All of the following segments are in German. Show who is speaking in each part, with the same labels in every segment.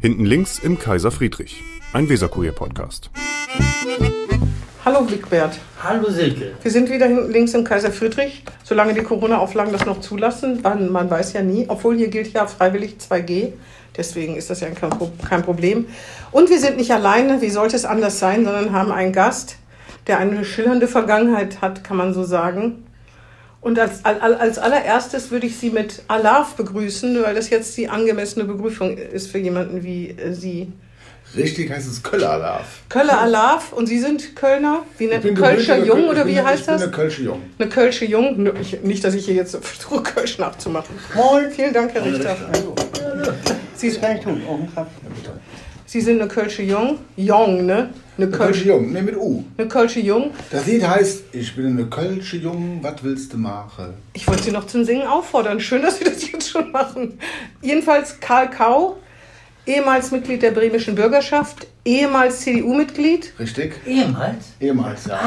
Speaker 1: Hinten links im Kaiser Friedrich, ein Weserkurier-Podcast.
Speaker 2: Hallo Wigbert.
Speaker 3: Hallo Silke.
Speaker 2: Wir sind wieder hinten links im Kaiser Friedrich. Solange die Corona-Auflagen das noch zulassen, man, man weiß ja nie. Obwohl hier gilt ja freiwillig 2G. Deswegen ist das ja kein, Pro- kein Problem. Und wir sind nicht alleine, wie sollte es anders sein, sondern haben einen Gast, der eine schillernde Vergangenheit hat, kann man so sagen. Und als, al- al- als allererstes würde ich Sie mit Alaf begrüßen, weil das jetzt die angemessene Begrüßung ist für jemanden wie äh, Sie.
Speaker 4: Richtig heißt es Köllalarv.
Speaker 2: Köller Alaf und Sie sind Kölner? Wie nennt Kölscher
Speaker 4: gebürtiger
Speaker 2: Jung
Speaker 4: Köl-
Speaker 2: oder
Speaker 4: ich
Speaker 2: wie
Speaker 4: bin,
Speaker 2: heißt
Speaker 4: ich
Speaker 2: das?
Speaker 4: Ich bin der Kölsche Jung.
Speaker 2: Eine Kölsche Jung? Nö, ich, nicht, dass ich hier jetzt versuche, Kölsch nachzumachen. Moin, vielen Dank, Herr Richter. Sie,
Speaker 5: kann ich tun. Augenkraft.
Speaker 2: Sie sind eine Kölsche Jung? Jong, ne? Eine
Speaker 4: Der Kölsche
Speaker 2: Kölsche,
Speaker 4: Jung, ne, mit U.
Speaker 2: eine Kölsche Jung.
Speaker 4: Das Lied heißt, ich bin eine Kölsche Jung, was willst du machen?
Speaker 2: Ich wollte Sie noch zum Singen auffordern. Schön, dass Sie das jetzt schon machen. Jedenfalls Karl Kau, ehemals Mitglied der bremischen Bürgerschaft, ehemals CDU-Mitglied.
Speaker 4: Richtig?
Speaker 3: Ehemals?
Speaker 4: Ehemals, ja.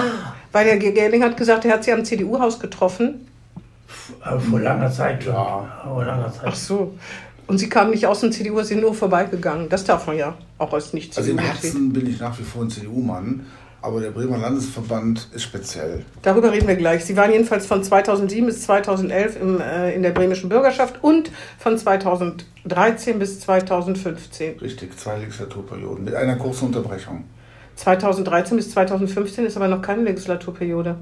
Speaker 2: Weil der Gerling hat gesagt, er hat Sie am CDU-Haus getroffen.
Speaker 3: Aber Äh, vor langer Zeit schon.
Speaker 4: Ja.
Speaker 3: Vor langer Zeit.
Speaker 2: Ach so. Und Sie kamen nicht aus dem CDU, sind nur vorbeigegangen. Das darf man ja, auch als
Speaker 4: Also im
Speaker 2: Nicht-CDU-Mitglied.
Speaker 4: Herzen bin ich nach wie vor ein CDU-Mann, aber der Bremer Landesverband ist speziell.
Speaker 2: Darüber reden wir gleich. Sie waren jedenfalls von 2007 bis 2011 im, äh, in der bremischen Bürgerschaft und von 2013 bis 2015.
Speaker 4: Richtig, zwei Legislaturperioden mit einer kurzen Unterbrechung.
Speaker 2: 2013 bis 2015 ist aber noch keine Legislaturperiode.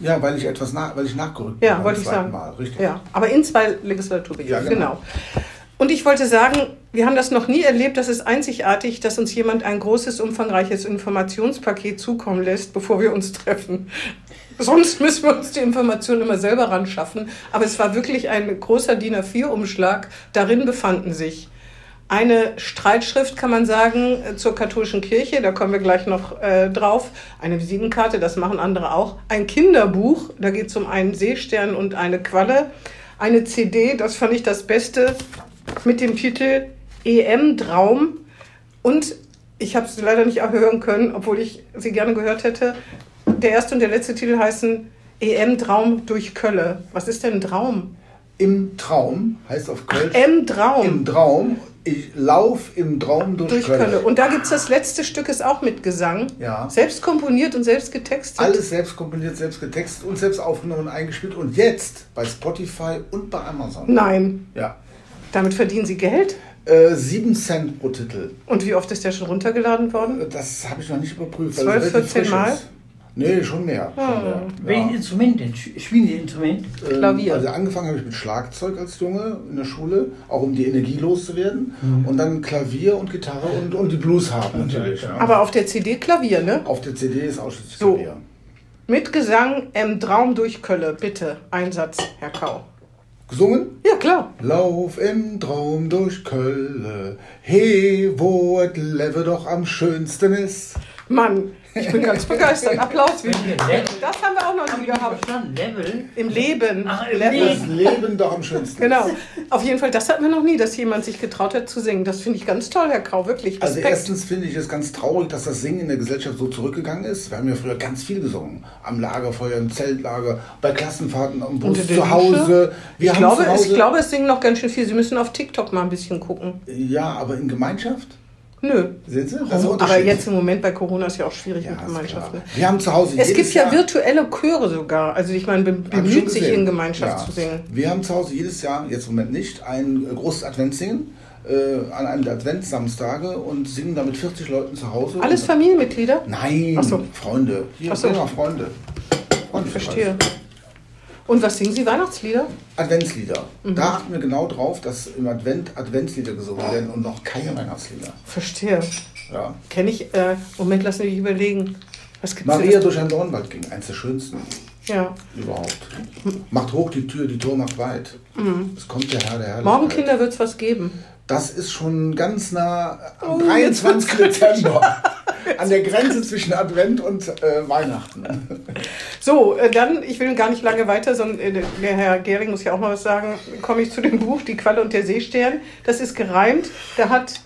Speaker 4: Ja, weil ich etwas nach, weil ich nachgerückt bin.
Speaker 2: Ja,
Speaker 4: beim
Speaker 2: wollte ich sagen.
Speaker 4: zweiten Mal. Richtig.
Speaker 2: Ja, aber in zwei Legislaturperioden,
Speaker 4: Ja,
Speaker 2: genau.
Speaker 4: genau.
Speaker 2: Und ich wollte sagen, wir haben das noch nie erlebt. Das ist einzigartig, dass uns jemand ein großes, umfangreiches Informationspaket zukommen lässt, bevor wir uns treffen. Sonst müssen wir uns die Informationen immer selber ran schaffen. Aber es war wirklich ein großer DIN A4-Umschlag. Darin befanden sich eine Streitschrift, kann man sagen, äh, zur katholischen Kirche, da kommen wir gleich noch äh, drauf. Eine Visitenkarte, das machen andere auch. Ein Kinderbuch, da geht es um einen Seestern und eine Qualle. Eine CD, das fand ich das Beste, mit dem Titel EM Traum. Und ich habe es leider nicht hören können, obwohl ich sie gerne gehört hätte. Der erste und der letzte Titel heißen EM Traum durch Kölle. Was ist denn Traum?
Speaker 4: Im Traum heißt auf Kölsch.
Speaker 2: M Traum.
Speaker 4: Im Traum. Ich lauf im Traum durch,
Speaker 2: durch
Speaker 4: Köln.
Speaker 2: Kölle. Und da gibt es das letzte Stück, ist auch mit Gesang.
Speaker 4: Ja.
Speaker 2: Selbst komponiert und selbst getextet.
Speaker 4: Alles selbst komponiert, selbst getextet und selbst aufgenommen und eingespielt und jetzt bei Spotify und bei Amazon.
Speaker 2: Nein,
Speaker 4: Ja.
Speaker 2: damit verdienen sie Geld.
Speaker 4: Äh, 7 Cent pro Titel.
Speaker 2: Und wie oft ist der schon runtergeladen worden?
Speaker 4: Das habe ich noch nicht überprüft.
Speaker 2: 12,
Speaker 4: es relativ
Speaker 2: 14
Speaker 4: frisch
Speaker 2: Mal?
Speaker 4: Ist. Nee, schon mehr. Schon mehr.
Speaker 3: Welches Instrument denn? Sch- Spielen Sie Instrument?
Speaker 4: Ähm,
Speaker 2: Klavier.
Speaker 4: Also angefangen habe ich mit Schlagzeug als Junge in der Schule, auch um die Energie loszuwerden. Und dann Klavier und Gitarre und, und die Blues haben natürlich. Ja.
Speaker 2: Aber auf der CD Klavier, ne?
Speaker 4: Auf der CD ist ausschließlich
Speaker 2: So.
Speaker 4: Klavier.
Speaker 2: Mit Gesang im Traum durch Kölle. Bitte, Einsatz, Herr Kau.
Speaker 4: Gesungen?
Speaker 2: Ja, klar.
Speaker 4: Lauf im Traum durch Kölle, he, wo et Leve doch am schönsten ist.
Speaker 2: Mann, ich bin ganz begeistert. Applaus. Wie-
Speaker 3: Level?
Speaker 2: Das haben wir auch noch nie gehabt.
Speaker 3: Verstanden. Level?
Speaker 2: Im Leben.
Speaker 3: Ach, im
Speaker 2: Level.
Speaker 3: Leben.
Speaker 4: Das Leben doch am schönsten ist.
Speaker 2: Genau. Auf jeden Fall, das hatten wir noch nie, dass jemand sich getraut hat zu singen. Das finde ich ganz toll, Herr Kau. Wirklich.
Speaker 4: Also
Speaker 2: Respekt.
Speaker 4: erstens finde ich es ganz traurig, dass das Singen in der Gesellschaft so zurückgegangen ist. Wir haben ja früher ganz viel gesungen. Am Lagerfeuer, im Zeltlager, bei Klassenfahrten, am
Speaker 2: Und
Speaker 4: Bus,
Speaker 2: in der
Speaker 4: zu Hause.
Speaker 2: ich,
Speaker 4: Wir haben
Speaker 2: glaube,
Speaker 4: zu Hause
Speaker 2: ich glaube, es singen noch ganz schön viel. Sie müssen auf TikTok mal ein bisschen gucken.
Speaker 4: Ja, aber in Gemeinschaft?
Speaker 2: Nö.
Speaker 4: Sehen Sie? Das ist ein
Speaker 2: Also, Aber
Speaker 4: Unterschied.
Speaker 2: jetzt im Moment bei Corona ist ja auch schwierig
Speaker 4: Also ja,
Speaker 2: mit
Speaker 4: ist klar.
Speaker 2: Gemeinschaften.
Speaker 4: Wir haben zu Hause
Speaker 2: Es
Speaker 4: jedes
Speaker 2: gibt ja
Speaker 4: Jahr-
Speaker 2: virtuelle Chöre sogar. Also ich meine, be-
Speaker 4: Hab ich schon
Speaker 2: bemüht sich
Speaker 4: gesehen.
Speaker 2: in Gemeinschaft
Speaker 4: Ja.
Speaker 2: zu singen.
Speaker 4: Wir haben zu Hause jedes Jahr, jetzt im Moment nicht, ein äh, großes Adventssingen äh, an einem der Adventssamstage und singen da mit 40 Leuten zu Hause.
Speaker 2: Alles
Speaker 4: und,
Speaker 2: Familienmitglieder?
Speaker 4: Nein,
Speaker 2: Ach so.
Speaker 4: Freunde. Hier,
Speaker 2: Ach so.
Speaker 4: Bremer Freunde. Freunde
Speaker 2: Verstehe. Und was singen Sie? Weihnachtslieder?
Speaker 4: Adventslieder.
Speaker 2: Mhm.
Speaker 4: Da achten wir genau drauf, dass im Advent Adventslieder gesungen werden und noch keine Weihnachtslieder.
Speaker 2: Verstehe.
Speaker 4: Ja.
Speaker 2: Kenne ich. Äh, Moment, lassen Sie mich überlegen. Was gibt's
Speaker 4: Maria
Speaker 2: denn?
Speaker 4: durch einen Dornwald ging, eins der schönsten
Speaker 2: Ja.
Speaker 4: überhaupt. Macht hoch die Tür, die Tür macht weit. Es kommt der Herr der Herrlichkeit.
Speaker 2: Mhm. Morgen, Kinder, wird es was geben.
Speaker 4: Das ist schon ganz nah am
Speaker 2: Oh, jetzt
Speaker 4: 23. Dezember. An der Grenze zwischen Advent und äh, Weihnachten.
Speaker 2: So, äh, dann, ich will gar nicht lange weiter, sondern äh, der Herr Gehring muss ja auch mal was sagen. Komme ich zu dem Buch Die Qualle und der Seestern. Das ist gereimt. Da hat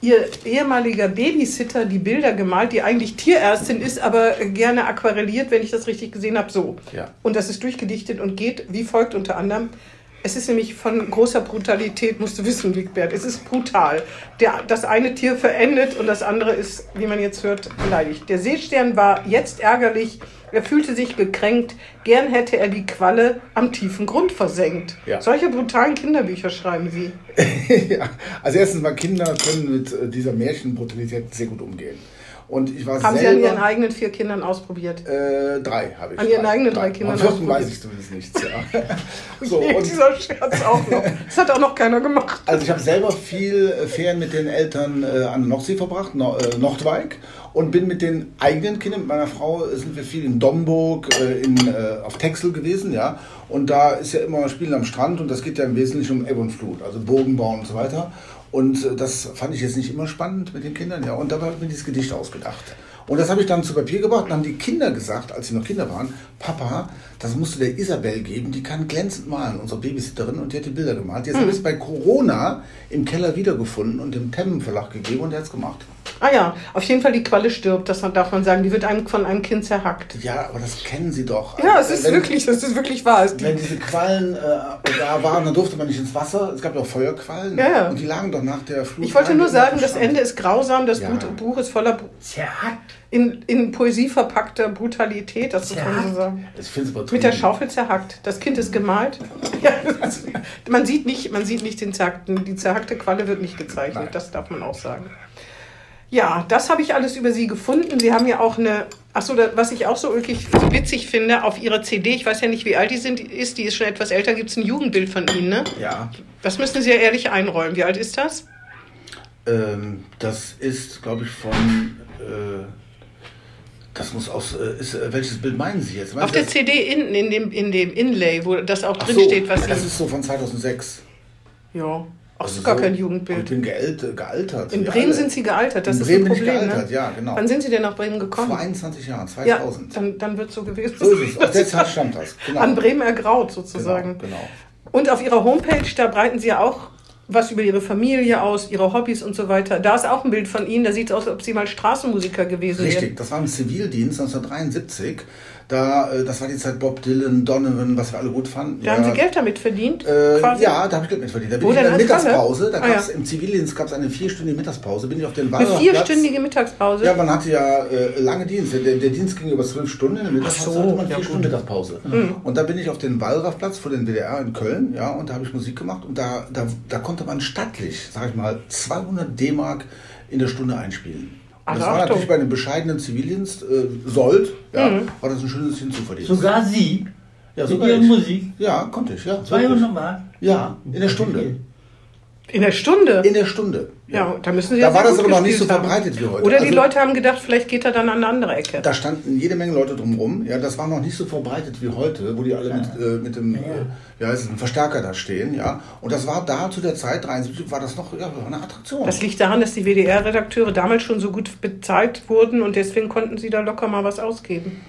Speaker 2: ihr ehemaliger Babysitter die Bilder gemalt, die eigentlich Tierärztin ist, aber äh, gerne aquarelliert, wenn ich das richtig gesehen habe, so.
Speaker 4: Ja.
Speaker 2: Und das ist durchgedichtet und geht wie folgt unter anderem. Es ist nämlich von großer Brutalität, musst du wissen, Wigbert. Es ist brutal. Der, das eine Tier verendet und das andere ist, wie man jetzt hört, beleidigt. Der Seestern war jetzt ärgerlich. Er fühlte sich gekränkt. Gern hätte er die Qualle am tiefen Grund versenkt.
Speaker 4: Ja.
Speaker 2: Solche brutalen Kinderbücher schreiben sie.
Speaker 4: ja, also erstens mal Kinder können mit äh, dieser Märchenbrutalität sehr gut umgehen. Und ich war
Speaker 2: Haben sie an ihren
Speaker 4: selber...
Speaker 2: eigenen vier Kindern ausprobiert.
Speaker 4: äh, drei habe ich.
Speaker 2: An ihren
Speaker 4: Drei.
Speaker 2: eigenen drei
Speaker 4: Drei.
Speaker 2: Kindern
Speaker 4: Am vierten
Speaker 2: ausprobiert.
Speaker 4: weiß ich zumindest nichts, ja. so,
Speaker 2: Nee,
Speaker 4: und
Speaker 2: dieser Scherz auch noch. Das hat auch noch keiner gemacht.
Speaker 4: Also ich habe selber viel äh, Ferien mit den Eltern äh, an der Nordsee verbracht, no äh, Nordwijk, und bin mit den eigenen Kindern, mit meiner Frau, äh, sind wir viel in Domburg, äh, in, äh, auf Texel gewesen, ja. Und da ist ja immer Spielen am Strand und das geht ja im Wesentlichen um Ebbe und Flut, also Burgen bauen und so weiter. Und äh, das fand ich jetzt nicht immer spannend mit den Kindern, ja. Und dabei habe ich mir dieses Gedicht ausgedacht. Und das habe ich dann zu Papier gebracht und haben die Kinder gesagt, als sie noch Kinder waren, Papa, das musst du der Isabel geben, die kann glänzend malen, unsere Babysitterin, und die hat die Bilder gemalt.
Speaker 2: Mhm.
Speaker 4: Jetzt habe ich es bei Corona im Keller wiedergefunden und dem Temmen Verlag gegeben und der hat es gemacht.
Speaker 2: Ah ja, auf jeden Fall die Qualle stirbt, das darf man sagen. Die wird einem von einem Kind zerhackt.
Speaker 4: Ja, aber das kennen sie doch.
Speaker 2: Ja, es
Speaker 4: Also,
Speaker 2: ist
Speaker 4: wenn,
Speaker 2: wirklich, es ist wirklich wahr. Es-
Speaker 4: Wenn diese Quallen äh, da waren, dann durfte man nicht ins Wasser. Es gab ja auch Feuerquallen.
Speaker 2: Ja, ja.
Speaker 4: Und die lagen doch nach der Flut.
Speaker 2: Ich wollte
Speaker 4: lagen
Speaker 2: nur
Speaker 4: die immer
Speaker 2: sagen,
Speaker 4: am
Speaker 2: das
Speaker 4: Strand.
Speaker 2: Ende ist grausam, das
Speaker 4: Ja.
Speaker 2: Blut- Buch ist voller Bru-
Speaker 3: Zerhackt.
Speaker 2: in, in Poesie verpackter Brutalität, das kann man so sagen.
Speaker 4: Ich finde es übertrieben.
Speaker 2: Mit der Schaufel zerhackt. Das Kind ist gemalt. Ja, das ist- man, sieht nicht, man sieht nicht den zerhackten. Die zerhackte Qualle wird nicht gezeichnet.
Speaker 4: Nein.
Speaker 2: Das darf man auch sagen. Ja, das habe ich alles über Sie gefunden. Sie haben ja auch eine. Achso, was ich auch so ulkig witzig finde, auf Ihrer CD, ich weiß ja nicht, wie alt die sind, ist, die ist schon etwas älter, gibt es ein Jugendbild von Ihnen, ne?
Speaker 4: Ja.
Speaker 2: Das müssen Sie ja ehrlich einräumen. Wie alt ist das?
Speaker 4: Ähm, das ist, glaube ich, von. Äh, das muss aus. Äh, ist, äh, welches Bild meinen Sie jetzt? Meinen
Speaker 2: Auf
Speaker 4: Sie
Speaker 2: der
Speaker 4: das-
Speaker 2: CD in, in, dem, in dem Inlay, wo das auch
Speaker 4: Ach
Speaker 2: drin
Speaker 4: so,
Speaker 2: steht, was
Speaker 4: Das
Speaker 2: sie.
Speaker 4: ist so von 2006.
Speaker 2: Ja, auch
Speaker 4: Also
Speaker 2: sogar
Speaker 4: so.
Speaker 2: kein
Speaker 4: Und Ich
Speaker 2: Jugendbild.
Speaker 4: bin geält, äh, gealtert.
Speaker 2: In
Speaker 4: wie
Speaker 2: Bremen
Speaker 4: Also alle.
Speaker 2: sind sie gealtert, das
Speaker 4: In
Speaker 2: ist ein
Speaker 4: Bremen bin ich
Speaker 2: Problem.
Speaker 4: gealtert,
Speaker 2: ne?
Speaker 4: ja, genau.
Speaker 2: Wann sind sie denn nach Bremen
Speaker 4: Vor
Speaker 2: gekommen?
Speaker 4: 21 Jahren,
Speaker 2: Ja,
Speaker 4: 2000.
Speaker 2: dann, dann wird so gewesen
Speaker 4: so ist es. Aus
Speaker 2: dass
Speaker 4: der
Speaker 2: sie
Speaker 4: Zeit stammt das. Genau.
Speaker 2: An Bremen ergraut sozusagen.
Speaker 4: Genau, genau.
Speaker 2: Und auf ihrer Homepage, da breiten sie ja auch was über ihre Familie aus, ihre Hobbys und so weiter. Da ist auch ein Bild von ihnen, da sieht es aus, als ob sie mal Straßenmusiker gewesen wären.
Speaker 4: Richtig, das war im Zivildienst 1973. Da, äh, das war die Zeit Bob Dylan, Donovan, was wir alle gut fanden.
Speaker 2: Da haben sie Geld damit verdient.
Speaker 4: Äh,
Speaker 2: quasi.
Speaker 4: ja, da habe ich Geld mitverdient. Da bin
Speaker 2: Wo
Speaker 4: ich in
Speaker 2: denn
Speaker 4: der
Speaker 2: als Falle?
Speaker 4: Mittagspause, da
Speaker 2: Ah,
Speaker 4: gab's,
Speaker 2: ja.
Speaker 4: im Zivildienst gab es eine vierstündige Mittagspause, bin ich auf den
Speaker 2: Eine
Speaker 4: Wallrafplatz.
Speaker 2: vierstündige Mittagspause.
Speaker 4: Ja, man hatte ja äh, lange Dienste. Der, der Dienst ging über zwölf Stunden, in der Mittagspause
Speaker 2: Ach so,
Speaker 4: hatte man
Speaker 2: ja,
Speaker 4: vier
Speaker 2: gut. Mhm.
Speaker 4: Stunden Mittagspause. Mhm. Und da bin ich auf den Wallrafplatz vor den WDR in Köln, ja, und da habe ich Musik gemacht und da, da, da konnte man stattlich, sag ich mal, 200 D-Mark in der Stunde einspielen. Und
Speaker 2: Also
Speaker 4: das war
Speaker 2: Achtung. Mhm.
Speaker 4: natürlich bei einem bescheidenen Zivildienst, äh, Sold, ja, war das ein schönes Hinzuverdienst.
Speaker 3: Sogar sie.
Speaker 4: ja,
Speaker 3: mit
Speaker 4: sogar
Speaker 3: ihrer
Speaker 4: ich.
Speaker 3: Musik.
Speaker 4: Ja, konnte ich, ja.
Speaker 3: 200 Mal.
Speaker 4: Ja, in der Stunde.
Speaker 2: In der Stunde.
Speaker 4: In der Stunde.
Speaker 2: Ja, da müssen sie
Speaker 4: Da
Speaker 2: ja
Speaker 4: war
Speaker 2: sehr
Speaker 4: das
Speaker 2: gut
Speaker 4: aber noch nicht
Speaker 2: gespielt
Speaker 4: so
Speaker 2: haben.
Speaker 4: verbreitet wie heute.
Speaker 2: Oder die
Speaker 4: Also-
Speaker 2: Leute haben gedacht, vielleicht geht er dann an eine andere Ecke.
Speaker 4: Da standen jede Menge Leute drumherum. Ja, das war noch nicht so verbreitet wie heute, wo die alle mit, äh, mit dem, äh, wie heißt es, dem Verstärker da stehen. Ja, und das war da zu der Zeit 73 war das noch ja, war eine Attraktion.
Speaker 2: das liegt daran, dass die WDR-Redakteure damals schon so gut bezahlt wurden und deswegen konnten sie da locker mal was ausgeben.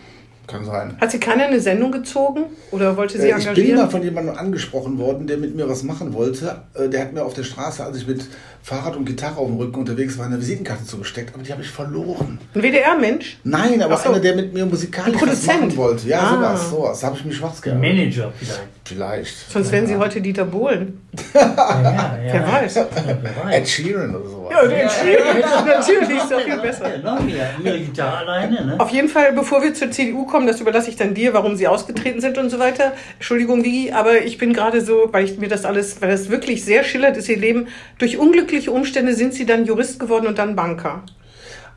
Speaker 4: Kann sein.
Speaker 2: Hat sie keiner eine Sendung gezogen oder wollte sie
Speaker 4: Äh, Ich bin mal
Speaker 2: engagieren?
Speaker 4: von jemandem angesprochen worden, der mit mir was machen wollte. Äh, Der hat mir auf der Straße, als ich mit Fahrrad und Gitarre auf dem Rücken unterwegs war, eine Visitenkarte zugesteckt, aber die habe ich verloren.
Speaker 2: Ein WDR-Mensch?
Speaker 4: Nein, aber
Speaker 2: Ach so.
Speaker 4: einer, der mit mir musikalisch
Speaker 2: Ein
Speaker 4: was
Speaker 2: Produzent.
Speaker 4: machen wollte. Ja,
Speaker 2: Ah.
Speaker 4: sowas, sowas. Da habe ich mich schwarz
Speaker 3: Ein
Speaker 4: gehabt.
Speaker 3: Manager vielleicht.
Speaker 4: Vielleicht.
Speaker 2: Sonst wären sie heute Dieter Bohlen.
Speaker 3: Ja, ja, ja.
Speaker 2: Wer weiß. Ja,
Speaker 3: Wer
Speaker 4: Ed
Speaker 3: weiß.
Speaker 4: Sheeran oder sowas.
Speaker 2: natürlich, natürlich ist doch viel
Speaker 3: Ja,
Speaker 2: besser.
Speaker 3: noch mehr. Ihre Gitarre alleine, ne?
Speaker 2: Auf jeden Fall, bevor wir zur CDU kommen, das überlasse ich dann dir, warum sie ausgetreten sind und so weiter. Entschuldigung, Vigi, aber ich bin gerade so, weil ich mir das alles, weil das wirklich sehr schillert ist, ihr Leben. Durch unglückliche Umstände sind sie dann Jurist geworden und dann Banker.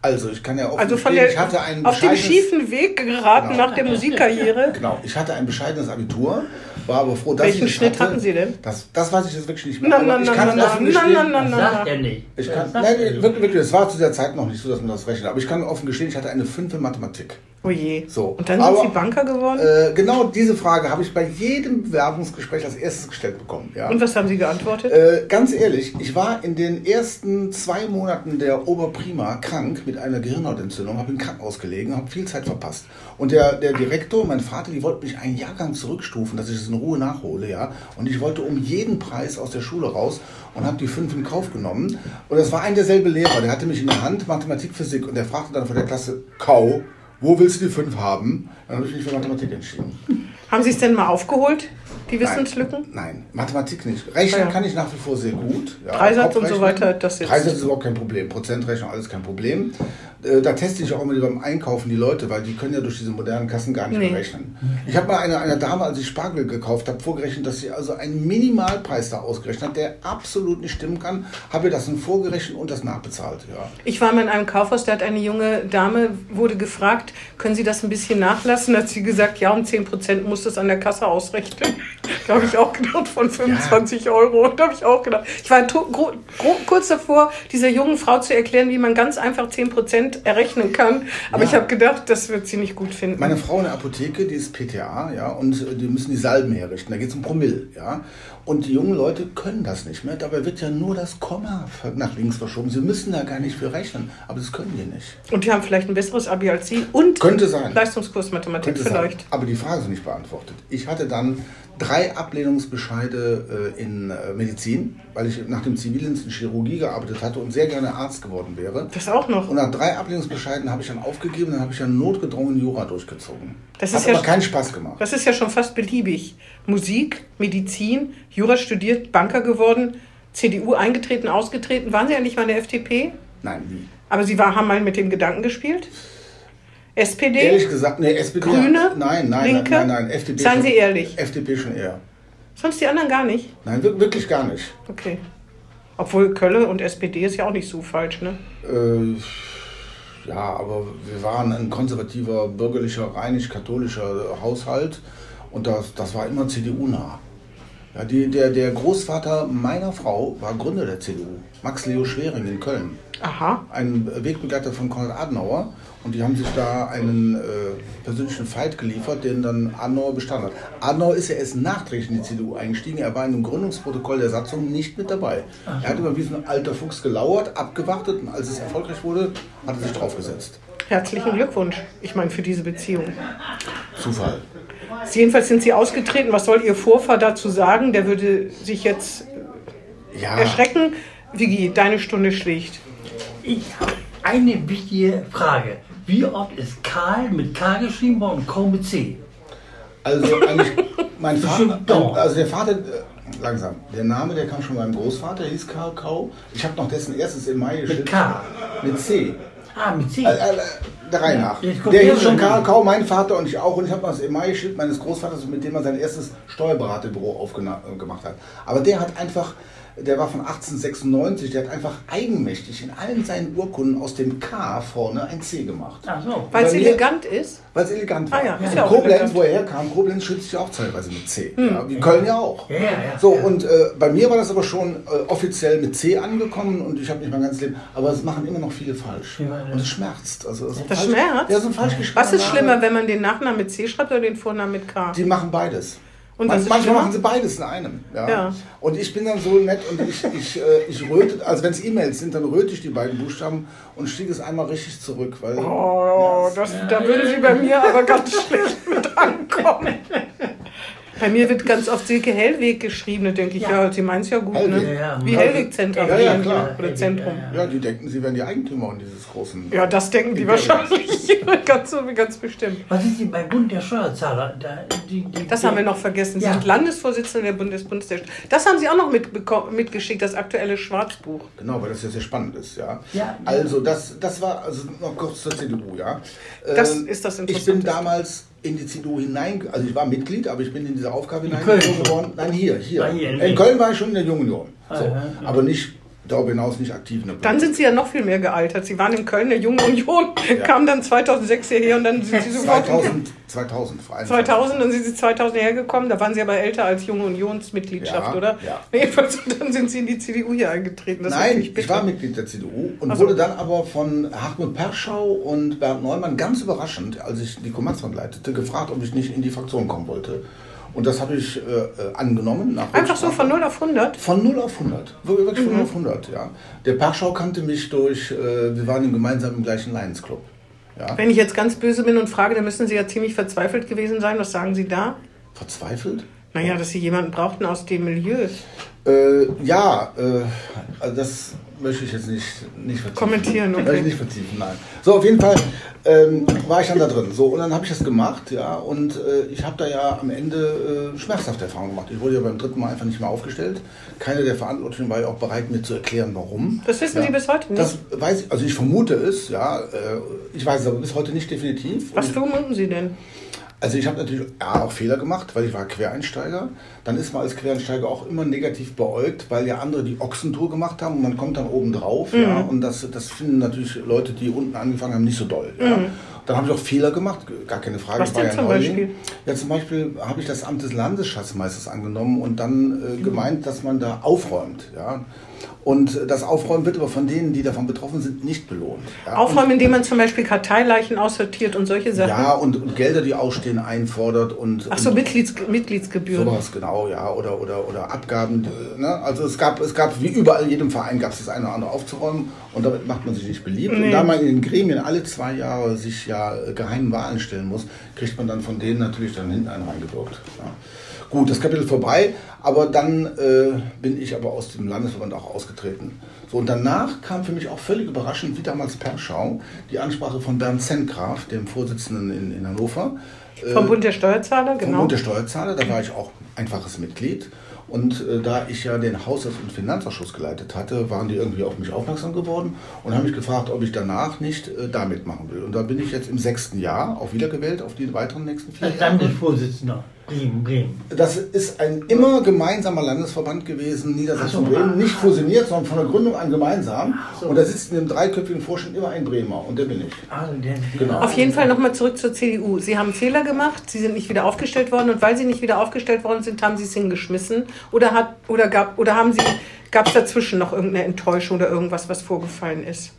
Speaker 4: Also ich kann ja offen
Speaker 2: Also von der,
Speaker 4: gestehen, ich hatte ein
Speaker 2: auf dem
Speaker 4: bescheidenes-
Speaker 2: schiefen Weg geraten
Speaker 4: Genau.
Speaker 2: nach der Musikkarriere.
Speaker 4: Genau, ich hatte ein bescheidenes Abitur, war aber froh, dass
Speaker 2: Welchen
Speaker 4: ich es
Speaker 2: Schnitt
Speaker 4: hatte.
Speaker 2: hatten Sie denn?
Speaker 4: Das, das weiß ich jetzt wirklich nicht mehr.
Speaker 2: Na,
Speaker 4: aber
Speaker 2: na,
Speaker 4: ich
Speaker 2: na,
Speaker 4: kann
Speaker 2: na, na,
Speaker 4: offen
Speaker 2: na,
Speaker 4: gestehen,
Speaker 2: na, na,
Speaker 3: das
Speaker 2: na.
Speaker 3: sagt er nicht.
Speaker 4: Ich
Speaker 3: Das
Speaker 4: kann,
Speaker 3: sagt
Speaker 4: nein,
Speaker 3: er nicht.
Speaker 4: wirklich, wirklich, es war zu der Zeit noch nicht so, dass man das rechnet. Aber ich kann offen gestehen, ich hatte eine 5 in Mathematik.
Speaker 2: Oh je.
Speaker 4: So.
Speaker 2: Und dann sind
Speaker 4: Aber-
Speaker 2: sie Banker geworden?
Speaker 4: Äh, genau diese Frage habe ich bei jedem Bewerbungsgespräch als erstes gestellt bekommen. Ja.
Speaker 2: und was haben sie geantwortet?
Speaker 4: Äh, ganz ehrlich, ich war in den ersten zwei Monaten der Oberprima krank mit einer Gehirnhautentzündung, habe im Krankenhaus gelegen, habe viel Zeit verpasst. Und der, der Direktor, mein Vater, die wollten mich einen Jahrgang zurückstufen, dass ich es in Ruhe nachhole, ja. Und ich wollte um jeden Preis aus der Schule raus und habe die fünf in Kauf genommen. Und das war ein derselbe Lehrer, der hatte mich in der Hand, Mathematik, Physik, und der fragte dann von der Klasse, Kau, wo willst du die fünf haben? Dann habe ich mich für Mathematik entschieden.
Speaker 2: haben sie es denn mal aufgeholt? Die Wissenslücken?
Speaker 4: Nein, Mathematik nicht. Rechnen
Speaker 2: Ja.
Speaker 4: kann ich nach wie vor sehr gut. Ja,
Speaker 2: Dreisatz und so
Speaker 4: Kopfrechnen.
Speaker 2: weiter, das jetzt-
Speaker 4: Dreisatz ist überhaupt kein Problem. Prozentrechnung, alles kein Problem. Äh, Da teste ich auch immer beim Einkaufen die Leute, weil die können ja durch diese modernen Kassen gar nicht
Speaker 2: Nee.
Speaker 4: mehr rechnen. Ich habe mal einer, einer Dame, als ich Spargel gekauft habe, vorgerechnet, dass sie also einen Minimalpreis da ausgerechnet hat, der absolut nicht stimmen kann. Habe ihr das nun vorgerechnet und das nachbezahlt. Ja.
Speaker 2: Ich war mal in einem Kaufhaus, da hat eine junge Dame, wurde gefragt, können Sie das ein bisschen nachlassen? Da hat sie gesagt, ja, um 10% muss das an der Kasse ausrechnen. Da habe ich auch gedacht, von 25 Euro. Da habe ich auch gedacht. Ich war to- gro- gro- kurz davor, dieser jungen Frau zu erklären, wie man ganz einfach 10% errechnen kann. Aber
Speaker 4: Ja.
Speaker 2: ich habe gedacht, das wird sie nicht gut finden.
Speaker 4: Meine Frau in der Apotheke, die ist PTA, ja, und äh, die müssen die Salben herrichten. Da geht es um Promille, ja. Und die jungen Leute können das nicht mehr. Dabei wird ja nur das Komma ver- nach links verschoben. Sie müssen da gar nicht für rechnen, aber das können die nicht.
Speaker 2: und die haben vielleicht ein besseres Abi als Sie und
Speaker 4: Könnte sein.
Speaker 2: Leistungskurs Mathematik
Speaker 4: Könnte sein.
Speaker 2: vielleicht.
Speaker 4: Aber die Frage ist nicht beantwortet. Ich hatte dann drei Ablehnungsbescheide äh, in äh, Medizin, weil ich nach dem Zivildienst in Chirurgie gearbeitet hatte und sehr gerne Arzt geworden wäre.
Speaker 2: Das auch noch.
Speaker 4: Und nach drei Ablehnungsbescheiden habe ich dann aufgegeben, dann habe ich dann notgedrungen Jura durchgezogen.
Speaker 2: Das
Speaker 4: Hat
Speaker 2: ist ja
Speaker 4: aber
Speaker 2: sch-
Speaker 4: keinen Spaß gemacht.
Speaker 2: Das ist ja schon fast beliebig. Musik, Medizin, Jura studiert, Banker geworden, CDU eingetreten, ausgetreten. Waren Sie ja nicht mal in der FDP?
Speaker 4: Nein, wie?
Speaker 2: Aber Sie war, haben mal mit dem Gedanken gespielt? SPD?
Speaker 4: Ehrlich gesagt, nee, SPD.
Speaker 2: Grüne?
Speaker 4: Nein, nein,
Speaker 2: Linke?
Speaker 4: nein, nein, nein, FDP.
Speaker 2: Seien
Speaker 4: schon-
Speaker 2: Sie ehrlich.
Speaker 4: FDP schon eher.
Speaker 2: Sonst die anderen gar nicht?
Speaker 4: Nein, wir- wirklich gar nicht.
Speaker 2: Okay. Obwohl Kölle und SPD ist ja auch nicht so falsch, ne?
Speaker 4: Äh, ja, aber wir waren ein konservativer, bürgerlicher, rheinisch-katholischer Haushalt und das, das war immer CDU-nah. Ja, die, der, der Großvater meiner Frau war Gründer der CDU, Max Leo Schwering in Köln.
Speaker 2: Aha.
Speaker 4: ein Wegbegleiter von Konrad Adenauer und die haben sich da einen äh, persönlichen Fight geliefert, den dann Adenauer bestanden hat. Adenauer ist ja erst nachträglich in die CDU eingestiegen, er war in dem Gründungsprotokoll der Satzung nicht mit dabei. Er hat immer wie so ein alter Fuchs gelauert, abgewartet und als es erfolgreich wurde, hat er sich draufgesetzt.
Speaker 2: Herzlichen Glückwunsch. Ich meine, für diese Beziehung.
Speaker 4: Zufall.
Speaker 2: Jedenfalls sind Sie ausgetreten. Was soll Ihr Vorfahr dazu sagen? Der würde sich jetzt
Speaker 4: Ja,
Speaker 2: erschrecken. Vigi, deine Stunde schlägt.
Speaker 3: Ich habe eine wichtige Frage. Wie oft ist Karl mit K geschrieben worden und K mit C?
Speaker 4: also eigentlich mein Vater,
Speaker 3: Bestimmt doch.
Speaker 4: also der Vater, äh, langsam, der Name, der kam schon beim Großvater, hieß Karl Kau. Ich habe noch dessen erstes im Mai geschrieben.
Speaker 3: K.
Speaker 4: Mit C.
Speaker 3: Ah, mit C.
Speaker 4: Äh, äh, Der Reihe nach.
Speaker 3: Jetzt kommt
Speaker 4: Der
Speaker 3: der
Speaker 4: hieß schon
Speaker 3: drin.
Speaker 4: Karl Kau, mein Vater und ich auch. Und ich habe noch das Email-Schild meines Großvaters, mit dem er sein erstes Steuerberaterbüro aufgemacht hat. Aber der hat einfach, der war von 1896, der hat einfach eigenmächtig in allen seinen Urkunden aus dem K vorne ein C gemacht.
Speaker 3: Ach so.
Speaker 2: Weil es
Speaker 4: Bei mir-
Speaker 2: elegant ist.
Speaker 4: Weil es elegant war.
Speaker 2: Ah ja, ist
Speaker 4: Und
Speaker 2: ja auch
Speaker 4: Koblenz,
Speaker 2: elegant. Hm.
Speaker 4: wo er herkam, Koblenz schützt sich auch teilweise mit C. Ja, wie Köln ja auch.
Speaker 3: Ja, ja, ja.
Speaker 4: So, und äh, bei mir war das aber schon äh, offiziell mit C angekommen und ich habe nicht mein ganzes Leben, aber es machen immer noch viele falsch.
Speaker 3: Ja, ja.
Speaker 4: Und es schmerzt. Also, so
Speaker 2: Das
Speaker 4: falsch,
Speaker 2: schmerzt?
Speaker 4: Ja, so ein falsch
Speaker 2: Was ist
Speaker 4: geschriebener
Speaker 2: schlimmer,
Speaker 4: Name.
Speaker 2: wenn man den Nachnamen mit C schreibt oder den Vornamen mit K?
Speaker 4: Die machen beides.
Speaker 2: Und
Speaker 4: Man-
Speaker 2: was ist
Speaker 4: Manchmal
Speaker 2: schlimmer?
Speaker 4: machen sie beides in einem. Ja.
Speaker 2: Ja.
Speaker 4: Und ich bin dann so nett und ich, ich, äh, ich röte, also wenn es E-Mails sind, dann röte ich die beiden Buchstaben und stiege es einmal richtig zurück. Weil,
Speaker 2: Oh, das, da würde sie bei mir aber ganz schlecht mit ankommen. Bei mir wird ganz oft Silke Hellweg geschrieben. Da denke ich, ja,
Speaker 3: Ja.
Speaker 2: sie meint es ja gut,
Speaker 4: Hellwig.
Speaker 2: ne?
Speaker 3: Ja, ja.
Speaker 2: Wie Hellweg-Zentrum.
Speaker 4: Ja, ja, klar.
Speaker 2: Oder Zentrum.
Speaker 3: Ja,
Speaker 4: ja, die denken, sie wären die Eigentümer dieses großen.
Speaker 2: Ja, das denken die wahrscheinlich. ganz, so- ganz bestimmt.
Speaker 3: Was ist denn beim Bund der Steuerzahler? Da, die, die,
Speaker 2: Das haben wir noch vergessen. Sie
Speaker 3: Ja.
Speaker 2: sind Landesvorsitzende der Bundesbundes. Das haben Sie auch noch mitbeko- mitgeschickt, das aktuelle Schwarzbuch.
Speaker 4: Genau, weil das ja sehr spannend ist, ja.
Speaker 3: Ja.
Speaker 4: Also das, das war, also noch kurz zur CDU, ja. Ähm,
Speaker 2: Das ist das
Speaker 4: Ich bin
Speaker 2: Interessanteste.
Speaker 4: damals in die CDU hinein, also ich war Mitglied, aber ich bin in diese Aufgabe
Speaker 3: Köln.
Speaker 4: hineingezogen worden. Nein, hier, hier.
Speaker 3: Ah, hier, in
Speaker 4: in
Speaker 3: Wien.
Speaker 4: Köln war ich schon in der Jungen Union. So.
Speaker 3: ja,
Speaker 4: Aber nicht, darüber hinaus nicht aktiv. in der
Speaker 2: Dann
Speaker 4: Politik.
Speaker 2: sind sie ja noch viel mehr gealtert. Sie waren in Köln, der Jungen Union, kamen dann 2006 hierher und dann sind sie sofort
Speaker 4: 2000, 2000 vor allem.
Speaker 2: 2000, Also dann sind sie 2000 hergekommen. Da waren sie aber älter als junge Unionsmitgliedschaft,
Speaker 4: Ja,
Speaker 2: oder?
Speaker 4: ja.
Speaker 2: Nee, Jedenfalls, und dann sind sie in die CDU hier eingetreten. Das ist
Speaker 4: Nein,
Speaker 2: natürlich
Speaker 4: ich
Speaker 2: bitter.
Speaker 4: war Mitglied der CDU und
Speaker 2: Ach so.
Speaker 4: wurde dann aber von Hartmut Perschau und Bernd Neumann ganz überraschend, als ich die Kommerzbank leitete, gefragt, ob ich nicht in die Fraktion kommen wollte. Und das habe ich äh, äh, angenommen. Nach
Speaker 2: Einfach so
Speaker 4: Rücksprache.
Speaker 2: von Mhm. 0 auf 100.
Speaker 4: Von 0 auf 100. Wir- Wirklich von 0 auf 100, ja. Der Perschau kannte mich durch, äh, wir waren gemeinsam im gleichen Lions Club. Ja.
Speaker 2: Wenn ich jetzt ganz böse bin und frage, dann müssen sie ja ziemlich verzweifelt gewesen sein. Was sagen sie da?
Speaker 4: Verzweifelt?
Speaker 2: Naja, dass sie jemanden brauchten aus dem Milieu.
Speaker 4: Äh, ja, äh, also das möchte ich jetzt nicht, nicht vertiefen.
Speaker 2: Kommentieren, okay.
Speaker 4: Möchte ich nicht vertiefen, nein. So, auf jeden Fall ähm, war ich dann da drin. So, und dann habe ich das gemacht, ja, und äh, ich habe da ja am Ende äh, schmerzhafte Erfahrungen gemacht. Ich wurde ja beim dritten Mal einfach nicht mehr aufgestellt. Keiner der Verantwortlichen war ja auch bereit, mir zu erklären, warum.
Speaker 2: Das wissen
Speaker 4: ja.
Speaker 2: Sie bis heute nicht?
Speaker 4: Das weiß ich, also ich vermute es, ja. Äh, ich weiß es aber bis heute nicht definitiv.
Speaker 2: Was
Speaker 4: Und-
Speaker 2: vermuten Sie denn?
Speaker 4: also ich habe natürlich ja, auch Fehler gemacht, weil ich war Quereinsteiger. Dann ist man als Quereinsteiger auch immer negativ beäugt, weil ja andere die Ochsentour gemacht haben und man kommt dann oben drauf. Ja,
Speaker 2: Mhm.
Speaker 4: und das, das finden natürlich Leute, die unten angefangen haben, nicht so doll. Ja. Dann habe ich auch Fehler gemacht, gar keine Frage.
Speaker 2: Mhm. Was
Speaker 4: ich war
Speaker 2: denn
Speaker 4: ja
Speaker 2: zum
Speaker 4: Neuling.
Speaker 2: Beispiel?
Speaker 4: Ja, zum Beispiel habe ich das Amt des Landesschatzmeisters angenommen und dann
Speaker 2: Mhm.
Speaker 4: äh, gemeint, dass man da aufräumt. Ja. Und äh, das Aufräumen wird aber von denen, die davon betroffen sind, nicht belohnt. Ja. Und-
Speaker 2: Aufräumen, indem man zum Beispiel Karteileichen aussortiert und solche Sachen.
Speaker 4: Ja, und, und Gelder, die ausstehen, einfordert und.
Speaker 2: Ach so,
Speaker 4: und,
Speaker 2: Mitglieds Mitgliedsgebühren.
Speaker 4: Sowas, genau, ja. Oder, oder, oder Abgaben. äh, Ne? Also es gab, es gab, wie überall in jedem Verein gab es das eine oder andere aufzuräumen und damit macht man sich nicht beliebt. Und da man in den Gremien alle zwei Jahre sich ja äh, geheimen Wahlen stellen muss, kriegt man dann von denen natürlich dann hinten einen reingedruckt. Ja. Gut, das Kapitel vorbei, aber dann äh, bin ich aber aus dem Landesverband auch ausgetreten. So, und danach kam für mich auch völlig überraschend, wie damals Perschau, die Ansprache von Bernd Zengraf, dem Vorsitzenden in, in Hannover. äh,
Speaker 2: Vom Bund der Steuerzahler,
Speaker 4: vom
Speaker 2: genau.
Speaker 4: Bund der Steuerzahler, da war ich auch einfaches Mitglied. Und äh, da ich ja den Haushalts- und Finanzausschuss geleitet hatte, waren die irgendwie auf mich aufmerksam geworden und haben mich gefragt, ob ich danach nicht äh, da mitmachen will. Und da bin ich jetzt im sechsten Jahr auch wiedergewählt auf die weiteren nächsten vier
Speaker 3: Als
Speaker 4: Jahre.
Speaker 3: Landesvorsitzender. Bremen, Bremen.
Speaker 4: Das ist ein immer gemeinsamer Landesverband gewesen,
Speaker 3: Ach
Speaker 4: Niedersachsen und
Speaker 3: so.
Speaker 4: Bremen. Nicht fusioniert, sondern von der Gründung an gemeinsam.
Speaker 3: so.
Speaker 4: Und da sitzt in dem dreiköpfigen Vorstand immer ein Bremer und der bin ich.
Speaker 3: Also der,
Speaker 4: Genau.
Speaker 2: Auf jeden Fall nochmal zurück zur CDU. Sie haben Fehler gemacht, Sie sind nicht wieder aufgestellt worden und weil Sie nicht wieder aufgestellt worden sind, haben Sie es hingeschmissen oder hat oder gab oder haben Sie gab es dazwischen noch irgendeine Enttäuschung oder irgendwas, was vorgefallen ist?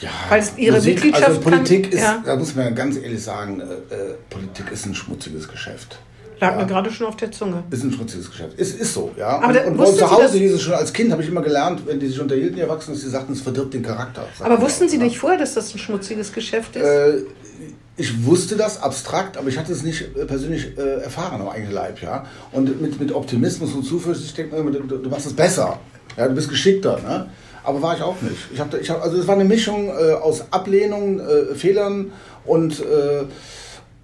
Speaker 4: Ja,
Speaker 2: Weil es ihre Mitgliedschaft
Speaker 4: also Politik
Speaker 2: kann-
Speaker 4: ist,
Speaker 2: ja.
Speaker 4: da muss man ja ganz ehrlich sagen, äh, äh, Politik ist ein schmutziges Geschäft.
Speaker 2: Lag mir gerade schon auf der Zunge.
Speaker 4: Ist ein schmutziges Geschäft. Ist, ist so, ja.
Speaker 2: Aber da-
Speaker 4: und und bei uns
Speaker 2: wussten
Speaker 4: zu
Speaker 2: Sie, dass-
Speaker 4: Hause hieß es schon als Kind, habe ich immer gelernt, wenn die sich unterhielten, die Erwachsenen, sie sagten, es verdirbt den Charakter. sagten
Speaker 2: Aber wussten Sie
Speaker 4: ja.
Speaker 2: nicht vorher, dass das ein schmutziges Geschäft ist?
Speaker 4: Äh, ich wusste das abstrakt, aber ich hatte es nicht äh, persönlich äh, erfahren am eigenen Leib, ja. Und mit, mit Optimismus und Zuversicht denkt man immer, du, du machst es besser, ja, du bist geschickter, ne? Aber war ich auch nicht. Ich hab, da- ich hab, also es war eine Mischung äh, aus Ablehnung, äh, Fehlern und, äh,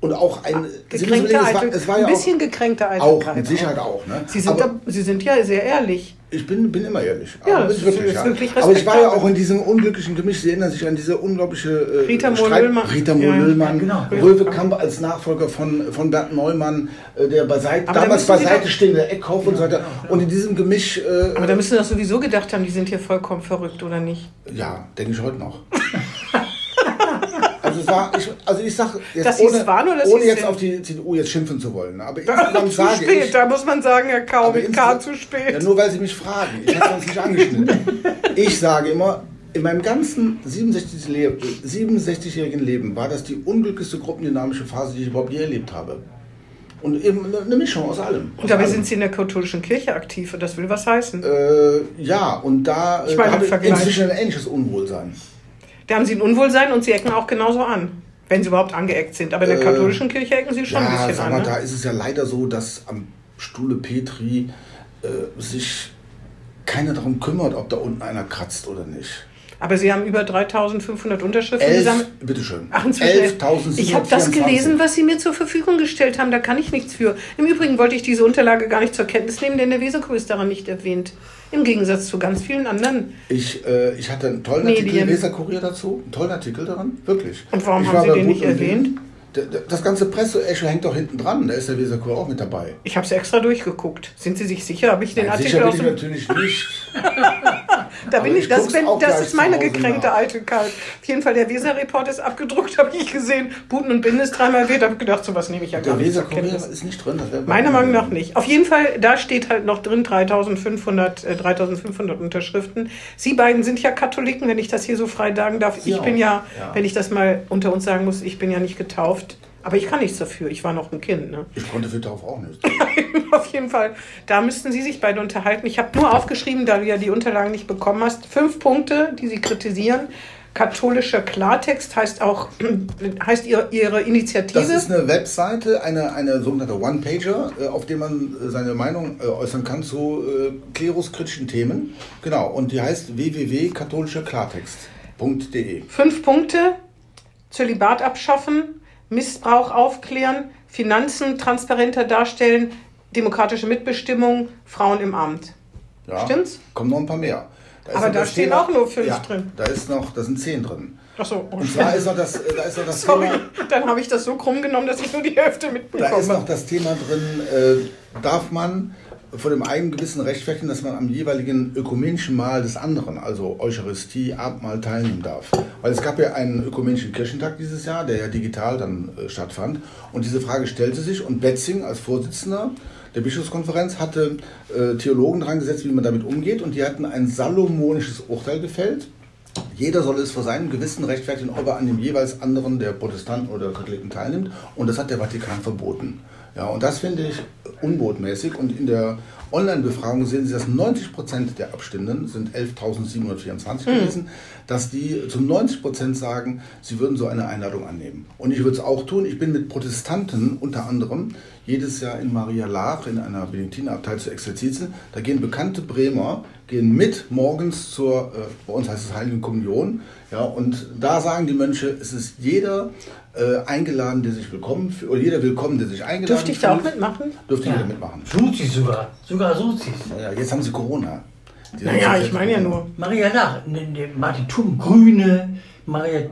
Speaker 4: und auch ein... Sie müssen
Speaker 2: gekränkte
Speaker 4: überlegen, es war,
Speaker 2: Eitel,
Speaker 4: es war
Speaker 2: ein
Speaker 4: ja
Speaker 2: bisschen
Speaker 4: auch,
Speaker 2: gekränkte
Speaker 4: auch, mit
Speaker 2: Eitelkeit.
Speaker 4: Sicherheit auch. Ne?
Speaker 2: Sie sind,
Speaker 4: aber,
Speaker 2: da, Sie sind ja sehr ehrlich.
Speaker 4: ich bin, bin immer ehrlich.
Speaker 2: Ja,
Speaker 4: Aber
Speaker 2: das
Speaker 4: bin
Speaker 2: ist wirklich
Speaker 4: Aber ich war ja
Speaker 2: respektabel.
Speaker 4: auch in diesem unglücklichen Gemisch. Sie erinnern sich an diese unglaubliche äh,
Speaker 2: Rita
Speaker 4: Streit-
Speaker 2: Mohl-Löhmann.
Speaker 4: Rita
Speaker 2: Ja, ja.
Speaker 4: Mohl-Löhmann,
Speaker 3: Ja, genau.
Speaker 4: Röwe Kamp als Nachfolger von, von Bernd Neumann, äh, der beiseite,
Speaker 2: Aber da
Speaker 4: damals
Speaker 2: müssen Sie
Speaker 4: beiseite
Speaker 2: doch-
Speaker 4: stehende Eckhoff und so weiter. Und in diesem Gemisch, äh,
Speaker 2: Aber da müssen Sie doch sowieso gedacht haben, die sind hier vollkommen verrückt, oder nicht?
Speaker 4: ja, denke ich heute noch. Also, es war, ich, also ich sag jetzt
Speaker 2: Dass Sie's
Speaker 4: ohne,
Speaker 2: waren oder dass
Speaker 4: ohne
Speaker 2: Sie's
Speaker 4: jetzt
Speaker 2: sind?
Speaker 4: auf die CDU jetzt schimpfen zu wollen. ne? Aber
Speaker 2: zu
Speaker 4: insgesamt sage
Speaker 2: spät,
Speaker 4: ich,
Speaker 2: da muss man sagen, Herr Kau, mit K
Speaker 4: insgesamt-
Speaker 2: zu spät.
Speaker 4: Ja, nur weil sie mich fragen. Ich habe es nicht angeschnitten. Ich sage immer, in meinem ganzen 67 Le- 67-jährigen Leben war das die unglücklichste gruppendynamische Phase, die ich überhaupt je erlebt habe. Und eben eine eine Mischung aus allem. Aus
Speaker 2: und dabei
Speaker 4: allem.
Speaker 2: sind Sie in der katholischen Kirche aktiv und das will was heißen.
Speaker 4: Äh, ja, und da äh,
Speaker 2: Ich meine,
Speaker 4: da
Speaker 2: im
Speaker 4: habe ich
Speaker 2: Vergleich.
Speaker 4: inzwischen ein ähnliches Unwohlsein.
Speaker 2: Da haben Sie ein Unwohlsein und Sie ecken auch genauso an, wenn Sie überhaupt angeeckt sind. Aber in der
Speaker 4: Äh,
Speaker 2: katholischen Kirche ecken Sie schon ein
Speaker 4: ja,
Speaker 2: bisschen
Speaker 4: sag
Speaker 2: an.
Speaker 4: mal,
Speaker 2: Ne?
Speaker 4: da ist es ja leider so, dass am Stuhle Petri äh, sich keiner darum kümmert, ob da unten einer kratzt oder nicht.
Speaker 2: Aber Sie haben über 3500 Unterschriften
Speaker 4: Elf,
Speaker 2: gesammelt.
Speaker 4: bitteschön.
Speaker 2: Ach, inzwischen.
Speaker 4: 11.724.
Speaker 2: ich habe das gelesen, was Sie mir zur Verfügung gestellt haben. Da kann ich nichts für. Im Übrigen wollte ich diese Unterlage gar nicht zur Kenntnis nehmen, denn der Weserkur ist daran nicht erwähnt. Im Gegensatz zu ganz vielen anderen.
Speaker 4: Ich, äh, ich hatte einen tollen Artikel
Speaker 2: Medien.
Speaker 4: im Leserkurier dazu. Einen tollen Artikel daran, wirklich.
Speaker 2: Und warum
Speaker 4: ich
Speaker 2: haben
Speaker 4: war
Speaker 2: Sie
Speaker 4: bei
Speaker 2: den
Speaker 4: Gut
Speaker 2: nicht
Speaker 4: und Wind.
Speaker 2: erwähnt?
Speaker 4: D- d- Das ganze Presseecho hängt doch hinten dran. Da ist der Weserkurier auch mit dabei.
Speaker 2: Ich habe es extra durchgeguckt. Sind Sie sich sicher? Habe ich den
Speaker 4: Nein,
Speaker 2: Artikel
Speaker 4: sicher
Speaker 2: aus
Speaker 4: bin ich
Speaker 2: dem.
Speaker 4: natürlich nicht.
Speaker 2: Da bin
Speaker 4: aber
Speaker 2: ich,
Speaker 4: ich
Speaker 2: das,
Speaker 4: guck's
Speaker 2: wenn,
Speaker 4: auch
Speaker 2: das
Speaker 4: gleich
Speaker 2: ist meine
Speaker 4: zu Hause
Speaker 2: gekränkte
Speaker 4: nach.
Speaker 2: Eitelkeit. Auf jeden Fall, der Weser-Report ist abgedruckt, habe ich gesehen. Buten und Bindes dreimal wird. habe gedacht, sowas nehme ich ja gar
Speaker 4: Der
Speaker 2: nicht zur
Speaker 4: Weserkurier
Speaker 2: Kenntnis.
Speaker 4: ist nicht drin. das wär-
Speaker 2: Meiner Meinung nach nicht. Auf jeden Fall, da steht halt noch drin 3500, äh, 3500 Unterschriften. Sie beiden sind ja Katholiken, wenn ich das hier so frei sagen darf.
Speaker 4: Sie
Speaker 2: ich bin
Speaker 4: auch,
Speaker 2: ja,
Speaker 4: ja.
Speaker 2: wenn ich das mal unter uns sagen muss, ich bin ja nicht getauft. Aber ich kann nichts dafür. Ich war noch ein Kind. Ne?
Speaker 4: Ich konnte für darauf auch nicht.
Speaker 2: Auf jeden Fall, da müssten Sie sich beide unterhalten. Ich habe nur aufgeschrieben, da du ja die Unterlagen nicht bekommen hast, fünf Punkte, die Sie kritisieren. Katholischer Klartext heißt auch, heißt ihre, ihre Initiative.
Speaker 4: Das ist eine Webseite, eine, eine sogenannte One-Pager, äh, auf der man äh, seine Meinung äh, äußern kann zu äh, kleruskritischen Themen. Genau, und die heißt www.katholischerklartext.de.
Speaker 2: Fünf Punkte: Zölibat abschaffen, Missbrauch aufklären, Finanzen transparenter darstellen, demokratische Mitbestimmung, Frauen im Amt.
Speaker 4: Ja,
Speaker 2: Stimmt's?
Speaker 4: Kommen noch ein paar mehr. Da ist
Speaker 2: Aber
Speaker 4: noch
Speaker 2: da
Speaker 4: das
Speaker 2: stehen auch nur fünf
Speaker 4: ja,
Speaker 2: drin.
Speaker 4: Da ist noch, da sind zehn drin.
Speaker 2: Achso, oh,
Speaker 4: Und zwar ist noch das, äh, da ist noch das
Speaker 2: sorry,
Speaker 4: Thema.
Speaker 2: dann habe ich das so krumm genommen, dass ich nur die Hälfte
Speaker 4: Da ist
Speaker 2: mitbekomme.
Speaker 4: noch das Thema drin, äh, darf man vor dem eigenen Gewissen rechtfertigen, dass man am jeweiligen ökumenischen Mahl des anderen, also Eucharistie, Abendmahl teilnehmen darf. Weil es gab ja einen ökumenischen Kirchentag dieses Jahr, der ja digital dann äh, stattfand. Und diese Frage stellte sich und Betzing als Vorsitzender der Bischofskonferenz hatte äh, Theologen dran gesetzt, wie man damit umgeht. Und die hatten ein salomonisches Urteil gefällt. Jeder soll es vor seinem Gewissen rechtfertigen, ob er an dem jeweils anderen der Protestanten oder Katholiken teilnimmt. Und das hat der Vatikan verboten. Ja, und das finde ich unbotmäßig. Und in der Online-Befragung sehen Sie, dass 90 Prozent der Abstimmenden, sind 11.724 gewesen, dass die zu 90 Prozent sagen, sie würden so eine Einladung annehmen. Und ich würde es auch tun. Ich bin mit Protestanten unter anderem jedes Jahr in Maria Laach in einer Benediktinerabtei zur Exerzitien. Da gehen bekannte Bremer, gehen mit morgens zur, äh, bei uns heißt es Heiligen Kommunion. Ja, und da sagen die Mönche, es ist jeder äh, eingeladen, der sich willkommen fühlt, oder jeder willkommen, der sich eingeladen
Speaker 2: Dürfte ich da auch
Speaker 4: fühlt.
Speaker 2: mitmachen?
Speaker 4: Dürfte jeder mitmachen.
Speaker 3: Suzis sogar. Sogar Suzis.
Speaker 4: Ja, jetzt haben sie Corona. Die haben
Speaker 2: Naja,
Speaker 4: jetzt
Speaker 2: ich meine ja
Speaker 4: Corona.
Speaker 2: nur.
Speaker 3: Maria Lach, ne, ne, Martin Thum, Grüne, Maria, m,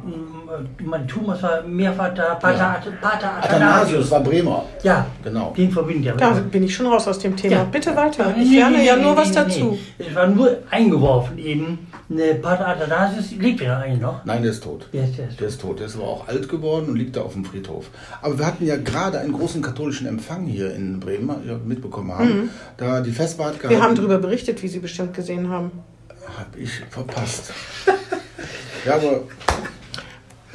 Speaker 3: Martin Thum, das war mehrfach da, Pater,
Speaker 4: Ja.
Speaker 3: At- Pater
Speaker 4: Athanasius
Speaker 3: Athanasius.
Speaker 4: war Bremer.
Speaker 3: Ja,
Speaker 4: Genau.
Speaker 3: Den verbindet ja.
Speaker 2: Da bin ich schon raus aus dem Thema.
Speaker 3: Ja.
Speaker 2: Bitte weiter.
Speaker 3: Nee,
Speaker 2: Ich
Speaker 3: nee,
Speaker 2: lerne
Speaker 3: nee,
Speaker 2: ja
Speaker 3: nee,
Speaker 2: nur
Speaker 3: nee,
Speaker 2: was
Speaker 3: nee,
Speaker 2: dazu.
Speaker 3: nee. Es war nur eingeworfen eben. Ne, Pater Athanasius lebt ja eigentlich noch.
Speaker 4: Nein, der ist tot.
Speaker 3: Der ist- der ist
Speaker 4: Der ist tot. Der ist aber auch alt geworden und liegt da auf dem Friedhof. Aber wir hatten ja gerade einen großen katholischen Empfang hier in Bremen, ihr mitbekommen haben. Da die Vesper hat
Speaker 2: Mhm. Wir haben
Speaker 4: gehalten-
Speaker 2: darüber berichtet, wie Sie bestimmt gesehen haben.
Speaker 4: Hab ich verpasst. ja, aber.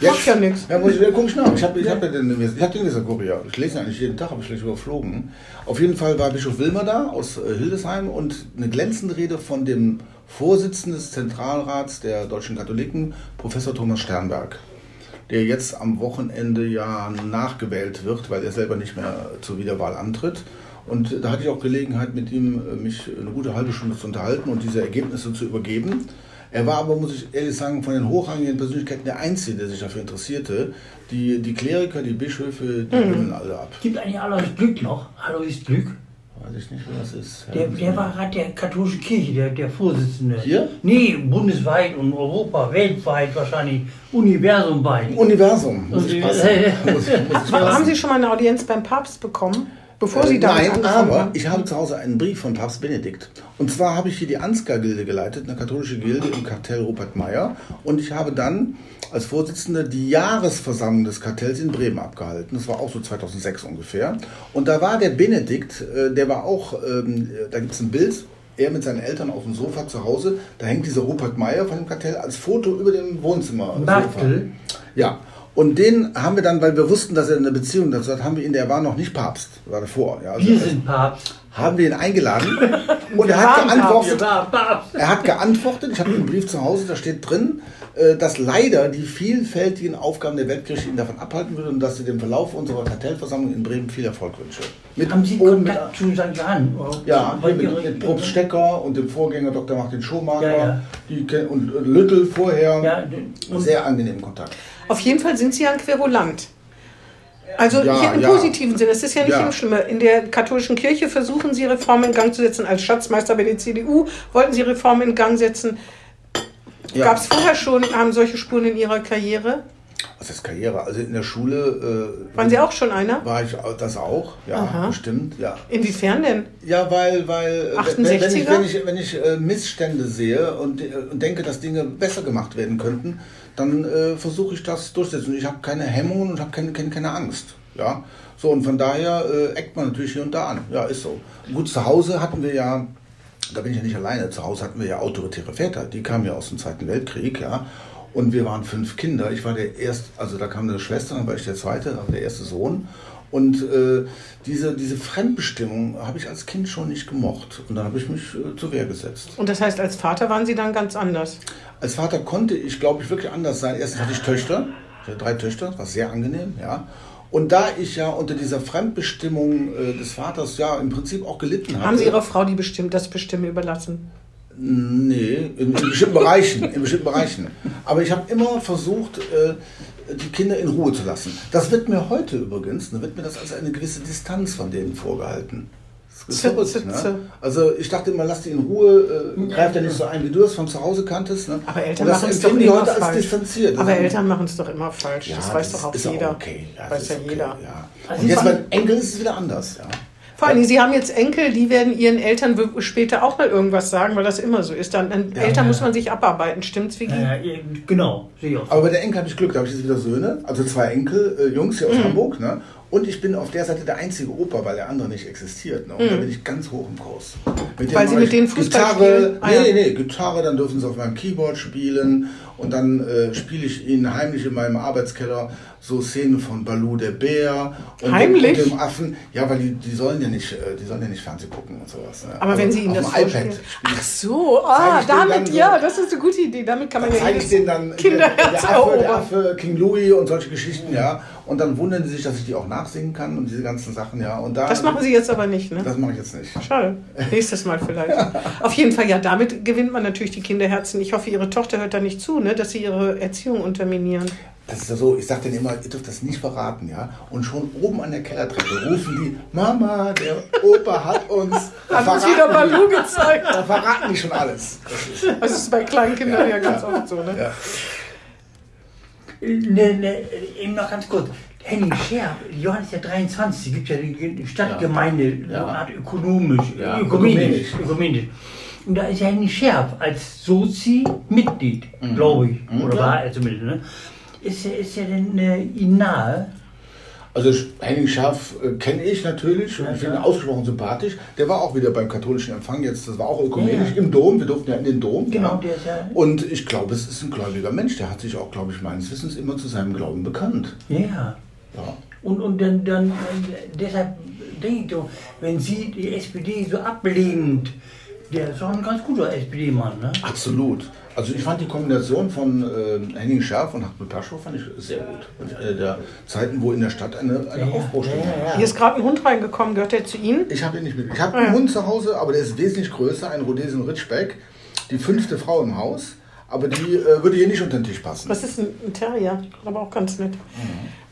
Speaker 2: Macht ja nix.
Speaker 4: Ja, muss ich, ja, guck ich nach. Ich habe ich hab ja den, ich hab den gestern Kurier. Ich lese ihn eigentlich jeden Tag, habe ich schlecht überflogen. Auf jeden Fall war Bischof Wilmer da aus äh, Hildesheim und eine glänzende Rede von dem Vorsitzenden des Zentralrats der deutschen Katholiken, Professor Thomas Sternberg, der jetzt am Wochenende ja nachgewählt wird, weil er selber nicht mehr zur Wiederwahl antritt. Und da hatte ich auch Gelegenheit, mit ihm äh, mich eine gute halbe Stunde zu unterhalten und diese Ergebnisse zu übergeben. Er war aber, muss ich ehrlich sagen, von den hochrangigen Persönlichkeiten der Einzige, der sich dafür interessierte. Die, die Kleriker, die Bischöfe,
Speaker 3: Hm.
Speaker 4: die wimmeln alle ab.
Speaker 3: Gibt eigentlich Alois Glück noch? Alois Glück?
Speaker 4: Weiß ich nicht, wer das ist.
Speaker 3: Der, der war gerade der katholischen Kirche, der, der Vorsitzende.
Speaker 4: Hier?
Speaker 3: Nee, bundesweit und Europa, weltweit wahrscheinlich, universumweit.
Speaker 4: Universum, muss ich
Speaker 3: Und-
Speaker 4: passen. muss, ich- muss ich
Speaker 2: Aber haben
Speaker 4: passen.
Speaker 2: Sie schon mal eine Audienz beim Papst bekommen, bevor
Speaker 4: Äh,
Speaker 2: Sie damit
Speaker 4: Nein,
Speaker 2: angefangen
Speaker 4: aber
Speaker 2: haben?
Speaker 4: ich habe zu Hause einen Brief von Papst Benedikt. Und zwar habe ich hier die Ansgar-Gilde geleitet, eine katholische Gilde im Kartell Rupert Meyer. Und ich habe dann als Vorsitzender die Jahresversammlung des Kartells in Bremen abgehalten. Das war auch so 2006 ungefähr. Und da war der Benedikt, äh, der war auch, ähm, da gibt es ein Bild, er mit seinen Eltern auf dem Sofa zu Hause. Da hängt dieser Rupert Meyer von dem Kartell als Foto über dem Wohnzimmer.
Speaker 3: Bartel?
Speaker 4: Ja, und den haben wir dann, weil wir wussten, dass er eine Beziehung dazu hat, haben wir ihn, der war noch nicht Papst, war davor. Ja, also
Speaker 3: Wir sind Papst.
Speaker 4: haben wir ihn eingeladen und er hat
Speaker 2: waren
Speaker 3: Wir
Speaker 4: geantwortet.
Speaker 3: waren Papst.
Speaker 4: Er hat geantwortet, ich habe einen Brief zu Hause, da steht drin, äh, dass leider die vielfältigen Aufgaben der Weltkirche ihn davon abhalten würden und dass sie dem Verlauf unserer Kartellversammlung in Bremen viel Erfolg wünsche. Mit
Speaker 3: Haben Sie
Speaker 4: oben mit-
Speaker 3: Kontakt zu St. Johann? oder?
Speaker 4: ja,
Speaker 3: Weil
Speaker 4: hier mit,
Speaker 3: Ihre-
Speaker 4: mit Probst Stecker und dem Vorgänger Dr. Martin Schumacher
Speaker 3: Ja, ja.
Speaker 4: Die, ken- und äh, Lüttel vorher.
Speaker 3: Ja, und-
Speaker 4: sehr angenehmen Kontakt.
Speaker 2: Auf jeden Fall sind Sie ja ein Querulant. Also
Speaker 4: Ja,
Speaker 2: hier im
Speaker 4: ja.
Speaker 2: positiven Sinne, es ist ja nicht
Speaker 4: Ja.
Speaker 2: im Schlimme. In der katholischen Kirche versuchen Sie Reformen in Gang zu setzen. Als Schatzmeister bei der CDU wollten Sie Reformen in Gang setzen.
Speaker 4: Ja.
Speaker 2: Gab es vorher schon, haben solche Spuren in Ihrer Karriere?
Speaker 4: Was ist Karriere? Also in der Schule äh,
Speaker 2: Waren Sie auch schon einer?
Speaker 4: war ich au- das auch, ja,
Speaker 2: Aha.
Speaker 4: bestimmt, ja.
Speaker 2: Inwiefern denn?
Speaker 4: Ja, weil, weil äh, wenn- wenn ich,
Speaker 2: 68er?
Speaker 4: wenn ich, wenn ich äh, Missstände sehe und, äh, und denke, dass Dinge besser gemacht werden könnten, dann äh, versuche ich das durchzusetzen. Ich habe keine Hemmungen und habe keine, keine, keine Angst. Ja, so und von daher äh, eckt man natürlich hier und da an. Ja, ist so. Gut, zu Hause hatten wir ja da bin ich ja nicht alleine. Zu Hause hatten wir ja autoritäre Väter. Die kamen ja aus dem Zweiten Weltkrieg, ja. Und wir waren fünf Kinder. Ich war der also erste, also da kam eine Schwester, dann war ich der zweite, dann der erste Sohn. Und äh, diese, diese Fremdbestimmung habe ich als Kind schon nicht gemocht. Und dann habe ich mich äh, zur Wehr gesetzt.
Speaker 2: Und das heißt, als Vater waren Sie dann ganz anders.
Speaker 4: Als Vater konnte ich, glaube ich, wirklich anders sein. Erstens hatte ich Töchter, ich hatte drei Töchter, das war sehr angenehm, ja. Und da ich ja unter dieser Fremdbestimmung äh, des Vaters ja im Prinzip auch gelitten habe.
Speaker 2: Haben Sie Ihrer Frau die bestimmt, das Bestimmen überlassen?
Speaker 4: Nee, in, in bestimmten Bereichen, in bestimmten Bereichen. Aber ich habe immer versucht, äh, die Kinder in Ruhe zu lassen. Das wird mir heute übrigens, ne, wird mir das als eine gewisse Distanz von denen vorgehalten. Das ist
Speaker 2: Tze,
Speaker 4: verrückt,
Speaker 2: tze,
Speaker 4: ne?
Speaker 2: tze.
Speaker 4: Also ich dachte immer, lass die in Ruhe, äh, greif da nicht so ein, wie du das von zu Hause kanntest. Ne?
Speaker 2: Aber Eltern
Speaker 4: Und das
Speaker 2: machen es doch
Speaker 4: empfinden die
Speaker 2: immer
Speaker 4: heute
Speaker 2: falsch.
Speaker 4: als distanziert.
Speaker 2: Aber
Speaker 4: Das-
Speaker 2: Eltern machen es doch immer falsch.
Speaker 4: Ja,
Speaker 2: das weiß doch auch
Speaker 4: ist
Speaker 2: jeder.
Speaker 4: okay. Ja, das
Speaker 2: weiß
Speaker 4: ist
Speaker 2: ja
Speaker 4: okay,
Speaker 2: jeder.
Speaker 4: ja.
Speaker 3: Also
Speaker 4: Und
Speaker 3: ich
Speaker 4: jetzt
Speaker 3: fand-
Speaker 4: bei Enkel ist es wieder anders. Ja.
Speaker 2: Vor allem, Sie haben jetzt Enkel, die werden Ihren Eltern w- später auch mal irgendwas sagen, weil das immer so ist. Dann, an Eltern muss man sich abarbeiten, stimmt's, Vicky?
Speaker 3: Ja, ja, genau, sehe ich auch. so.
Speaker 4: Aber bei der Enkel habe ich Glück, da habe ich jetzt wieder Söhne, also zwei Enkel, äh, Jungs hier aus
Speaker 2: Mhm.
Speaker 4: Hamburg, ne? Und ich bin auf der Seite der einzige Opa, weil der andere nicht existiert. Ne? Und da bin ich ganz hoch im Kurs. Mit denen
Speaker 2: Mhm. Weil Sie
Speaker 4: mache
Speaker 2: mit
Speaker 4: ich
Speaker 2: denen Fußball
Speaker 4: Gitarre,
Speaker 2: spielen? Ah,
Speaker 4: nee,
Speaker 2: ja.
Speaker 4: nee, Gitarre, dann dürfen sie auf meinem Keyboard spielen. Und dann äh, spiele ich ihnen heimlich in meinem Arbeitskeller so Szenen von Baloo der Bär und dem-
Speaker 2: Heimlich?
Speaker 4: und dem Affen. Ja, weil die, die sollen ja nicht, äh, die sollen ja nicht Fernsehen gucken und sowas. Ne?
Speaker 2: Aber wenn
Speaker 4: Also
Speaker 2: Sie Ihnen das
Speaker 4: auf dem
Speaker 2: vorspielen.
Speaker 4: iPad.
Speaker 2: Ach so,
Speaker 4: Zeig
Speaker 2: ah,
Speaker 4: ich denen
Speaker 2: damit,
Speaker 4: dann so-
Speaker 2: ja, das ist eine gute Idee. Damit kann man
Speaker 4: Dann
Speaker 2: ja
Speaker 4: zeige ich denen dann äh,
Speaker 2: Kinderherz
Speaker 4: der Affe, der
Speaker 2: erobern.
Speaker 4: Affe, King Louis und solche Geschichten, ja. Und dann wundern sie sich, dass ich die auch nachsingen kann und diese ganzen Sachen, ja. Und da,
Speaker 2: Das machen Sie jetzt aber nicht, ne?
Speaker 4: Das mache ich jetzt nicht.
Speaker 2: Schade. Nächstes Mal vielleicht. Auf jeden Fall, ja, damit gewinnt man natürlich die Kinderherzen. Ich hoffe, Ihre Tochter hört da nicht zu, ne, dass Sie Ihre Erziehung unterminieren.
Speaker 4: Das ist ja so, ich sage denen immer, ihr dürft das nicht verraten, ja. Und schon oben an der Kellertreppe rufen die, Mama, der Opa hat uns. Da
Speaker 2: Hat uns
Speaker 4: verraten
Speaker 2: wieder
Speaker 4: die-
Speaker 2: Balu gezeigt.
Speaker 4: Da verraten die schon alles. Das ist,
Speaker 2: Das ist bei kleinen Kindern ja, ganz oft so, ne?
Speaker 4: ja.
Speaker 3: Ne, ne, eben noch ganz kurz. Henning Scherb, Johannes der 23, gibt ja die Stadtgemeinde,
Speaker 4: Ja.
Speaker 3: eine Art ökonomisch,
Speaker 4: Ja,
Speaker 3: ökumenisch,
Speaker 4: ökumenisch.
Speaker 3: ökumenisch. Und da ist ja Henning Scherb als Sozi-Mitglied,
Speaker 4: Mhm.
Speaker 3: glaube ich, oder war er zumindest, ne? Ist, er- ist ja denn äh, Ihnen nahe?
Speaker 4: Also Henning Schaff äh, kenne ich natürlich und ich finde ihn ausgesprochen sympathisch. Der war auch wieder beim katholischen Empfang jetzt, das war auch ökumenisch,
Speaker 3: Ja.
Speaker 4: im Dom, wir durften ja in den Dom.
Speaker 3: Genau,
Speaker 4: ja.
Speaker 3: der ist ja-
Speaker 4: Und ich glaube, es ist ein gläubiger Mensch, der hat sich auch, glaube ich, meines Wissens immer zu seinem Glauben bekannt.
Speaker 3: Ja.
Speaker 4: Ja.
Speaker 3: Und, und dann, dann, dann- deshalb denke ich doch, wenn Sie die SPD so ablehnend, der ist doch ein ganz guter SPD-Mann, ne?
Speaker 4: Absolut. Also ich fand die Kombination von äh, Henning Schaaf und Hartmut Paschow fand ich sehr gut. Und eine der Zeiten, wo in der Stadt eine, eine Aufbruchstimmung
Speaker 3: ja, ja.
Speaker 4: herrscht.
Speaker 2: Hier ist gerade ein Hund reingekommen, gehört der zu Ihnen?
Speaker 4: Ich habe ihn nicht mit. Ich
Speaker 2: Ah,
Speaker 4: habe einen Hund zu Hause, aber der ist wesentlich größer, ein Rhodesian Ridgeback, die fünfte Frau im Haus, aber die äh, würde hier nicht unter den Tisch passen.
Speaker 2: Was ist ein, ein Terrier? Aber auch ganz nett.
Speaker 4: Mhm.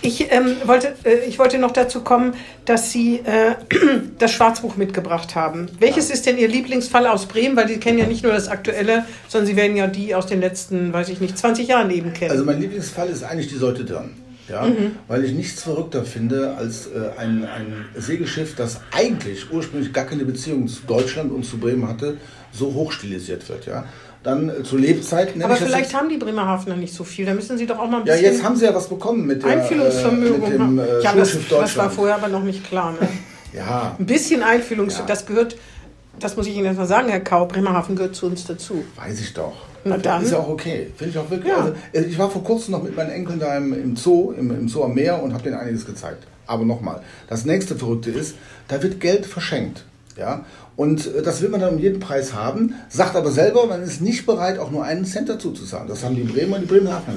Speaker 2: Ich, ähm, wollte, äh, ich wollte noch dazu kommen, dass Sie äh, das Schwarzbuch mitgebracht haben. Welches ist denn Ihr Lieblingsfall aus Bremen? Weil Sie kennen ja nicht nur das aktuelle, sondern Sie werden ja die aus den letzten, weiß ich nicht, 20 Jahren eben kennen.
Speaker 4: Also mein Lieblingsfall ist eigentlich die Säutedirn. Ja,
Speaker 2: Mhm.
Speaker 4: Weil ich nichts verrückter finde als äh, ein, ein Segelschiff, das eigentlich ursprünglich gar keine Beziehung zu Deutschland und zu Bremen hatte, so hochstilisiert wird. Ja? Dann äh, zu Lebzeiten.
Speaker 2: Aber
Speaker 4: ich das
Speaker 2: vielleicht
Speaker 4: jetzt-
Speaker 2: haben die Bremerhavener nicht so viel. Da müssen Sie doch auch mal ein
Speaker 4: ja,
Speaker 2: bisschen
Speaker 4: jetzt haben sie ja was bekommen mit, der,
Speaker 2: Einfühlungsvermögen
Speaker 4: äh, mit dem
Speaker 2: haben.
Speaker 4: äh,
Speaker 2: ja, das,
Speaker 4: Schulschiff
Speaker 2: das war
Speaker 4: Deutschland.
Speaker 2: vorher aber noch nicht klar. Ne?
Speaker 4: ja,
Speaker 2: Ein bisschen Einfühlungs...
Speaker 4: Ja.
Speaker 2: Das gehört, das muss ich Ihnen jetzt mal sagen, Herr Kau, Bremerhaven gehört zu uns dazu.
Speaker 4: Weiß ich doch.
Speaker 2: Na dann.
Speaker 4: Ist ja auch okay. Finde ich auch wirklich.
Speaker 2: Ja.
Speaker 4: Also, äh, ich war vor kurzem noch mit meinen Enkeln da im, im Zoo, im, im Zoo am Meer und habe denen einiges gezeigt. Aber nochmal, das nächste Verrückte ist, da wird Geld verschenkt. Ja? Und äh, das will man dann um jeden Preis haben, sagt aber selber, man ist nicht bereit, auch nur einen Cent dazu zu zahlen. Das haben die Bremer und die Bremerhavener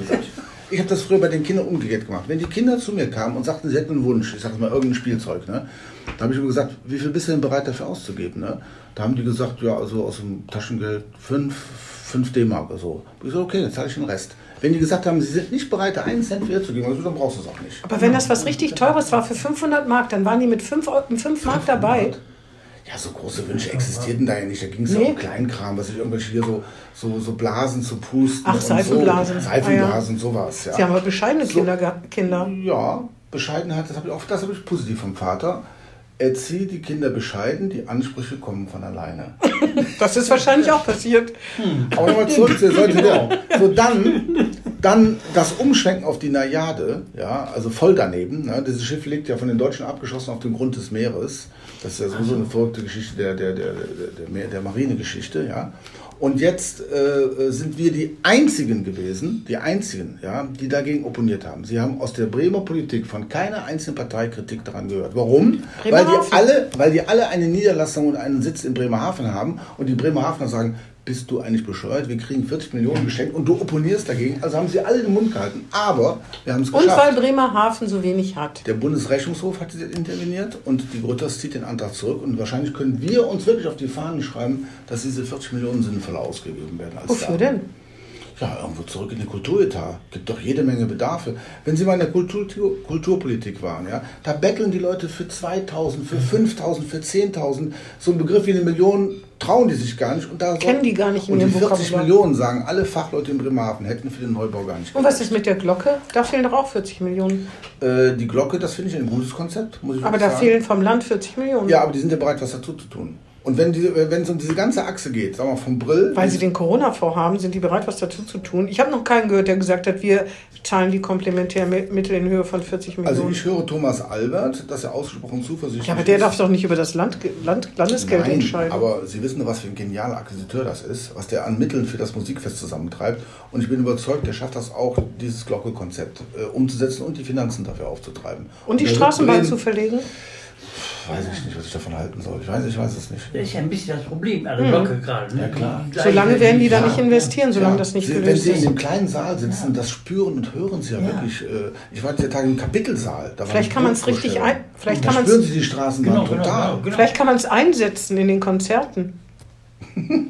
Speaker 4: gesagt. Ich habe das früher bei den Kindern umgekehrt gemacht. Wenn die Kinder zu mir kamen und sagten, sie hätten einen Wunsch, ich sage mal irgendein Spielzeug, ne? da habe ich immer gesagt, wie viel bist du denn bereit dafür auszugeben? Ne? Da haben die gesagt, ja, also aus dem Taschengeld 5, 5 D-Mark oder so. Ich gesagt, okay, dann zahle ich den Rest. Wenn die gesagt haben, sie sind nicht bereit, da einen Cent für zu geben, also dann brauchst du es auch nicht.
Speaker 2: Aber wenn das was richtig Teures war für 500 Mark, dann waren die mit 5, Mark dabei.
Speaker 4: Ja, so große Wünsche existierten da ja nicht. Da ging es ja
Speaker 2: Nee.
Speaker 4: um Kleinkram, was ich irgendwelche hier so, so, so Blasen zu pusten.
Speaker 2: Ach,
Speaker 4: und
Speaker 2: Seifenblasen.
Speaker 4: So. Seifenblasen,
Speaker 2: Ah,
Speaker 4: sowas, ja.
Speaker 2: Sie haben aber bescheidene Kinder, gehabt- Kinder.
Speaker 4: Ja, Bescheidenheit, das habe ich auch, das habe ich positiv vom Vater. Erzieh die Kinder bescheiden, die Ansprüche kommen von alleine.
Speaker 2: Das ist wahrscheinlich auch passiert.
Speaker 4: Aber nochmal zurück zu der Seite der. So, dann, dann das Umschwenken auf die Najade, ja, also voll daneben. Ne? Dieses Schiff liegt ja von den Deutschen abgeschossen auf dem Grund des Meeres. Das ist ja sowieso eine verrückte Geschichte der, der, der, der, der, Meer- der Marinegeschichte, ja. Und jetzt äh, sind wir die einzigen gewesen, die einzigen, ja, die dagegen opponiert haben. Sie haben aus der Bremer Politik von keiner einzelnen Partei Kritik daran gehört. Warum? Weil die,
Speaker 2: Bremerhaven.
Speaker 4: alle, weil die alle eine Niederlassung und einen Sitz in Bremerhaven haben und die Bremerhavener sagen, bist du eigentlich bescheuert? Wir kriegen 40 Millionen geschenkt und du opponierst dagegen. Also haben sie alle den Mund gehalten. Aber wir haben es
Speaker 2: Und
Speaker 4: geschafft.
Speaker 2: weil Bremerhaven so wenig hat.
Speaker 4: Der Bundesrechnungshof hat interveniert und die Grütters zieht den Antrag zurück. Und wahrscheinlich können wir uns wirklich auf die Fahnen schreiben, dass diese 40 Millionen sinnvoll ausgegeben werden. Als
Speaker 2: Wofür denn?
Speaker 4: Darlehen. Ja, irgendwo zurück in den Kulturetat. Gibt doch jede Menge Bedarfe. Wenn Sie mal in der Kultur, Kulturpolitik waren, ja, da betteln die Leute für 2000,
Speaker 2: Mhm.
Speaker 4: für 5000, für 10.000. So ein Begriff wie eine Million trauen die sich gar nicht. Und da
Speaker 2: Kennen die gar nicht in
Speaker 4: Und die
Speaker 2: ihrem ne?
Speaker 4: 40
Speaker 2: Vokabular.
Speaker 4: Millionen sagen, alle Fachleute in Bremerhaven hätten für den Neubau gar nicht.
Speaker 2: Und was ist mit der Glocke? Da fehlen doch auch 40 Millionen.
Speaker 4: Äh, die Glocke, das finde ich ein gutes Konzept, muss ich
Speaker 2: Aber
Speaker 4: wirklich
Speaker 2: da
Speaker 4: sagen.
Speaker 2: fehlen vom Land 40 Millionen.
Speaker 4: Ja, aber die sind ja bereit, was dazu zu tun. Und wenn diese- wenn es um diese ganze Achse geht, sagen wir mal, vom Brill.
Speaker 2: Weil sie den Corona vorhaben, sind die bereit, was dazu zu tun. Ich habe noch keinen gehört, der gesagt hat, wir zahlen die Komplementärmittel in Höhe von 40 Millionen.
Speaker 4: also ich höre Thomas Albert, dass er ausgesprochen zuversichtlich
Speaker 2: ja, aber der
Speaker 4: ist.
Speaker 2: darf doch nicht über das Land, Land, Landesgeld
Speaker 4: Nein,
Speaker 2: entscheiden.
Speaker 4: Aber Sie wissen doch, was für ein genialer Akquisiteur das ist, was der an Mitteln für das Musikfest zusammentreibt. Und ich bin überzeugt, der schafft das auch, dieses Glocke-Konzept äh, umzusetzen und die Finanzen dafür aufzutreiben.
Speaker 2: Und die
Speaker 4: der wird
Speaker 2: Straßenbahn
Speaker 4: Bremen-
Speaker 2: zu verlegen?
Speaker 4: Weiß ich nicht, was ich davon halten soll. Ich weiß, ich weiß es nicht.
Speaker 3: Das ist ja ein bisschen das Problem an der Glocke gerade. Ne?
Speaker 4: Ja, klar.
Speaker 3: Die gleiche-
Speaker 2: Solange Hm. werden die da nicht investieren, solange
Speaker 4: Ja,
Speaker 2: das nicht
Speaker 4: Sie, Wenn
Speaker 2: gelöst
Speaker 4: Sie in
Speaker 2: ist.
Speaker 4: dem kleinen Saal sitzen, das spüren und hören Sie ja, wirklich. Äh, ich war der Tage im Kapitelsaal. Da war
Speaker 2: Vielleicht
Speaker 4: die
Speaker 2: kann man's richtig
Speaker 4: Buchvorstellung.
Speaker 2: ein- vielleicht
Speaker 4: da
Speaker 2: kann man's-
Speaker 4: spüren Sie die Straßenbahn
Speaker 3: Genau, genau,
Speaker 4: total.
Speaker 3: genau, genau.
Speaker 2: Vielleicht kann man es einsetzen in den Konzerten.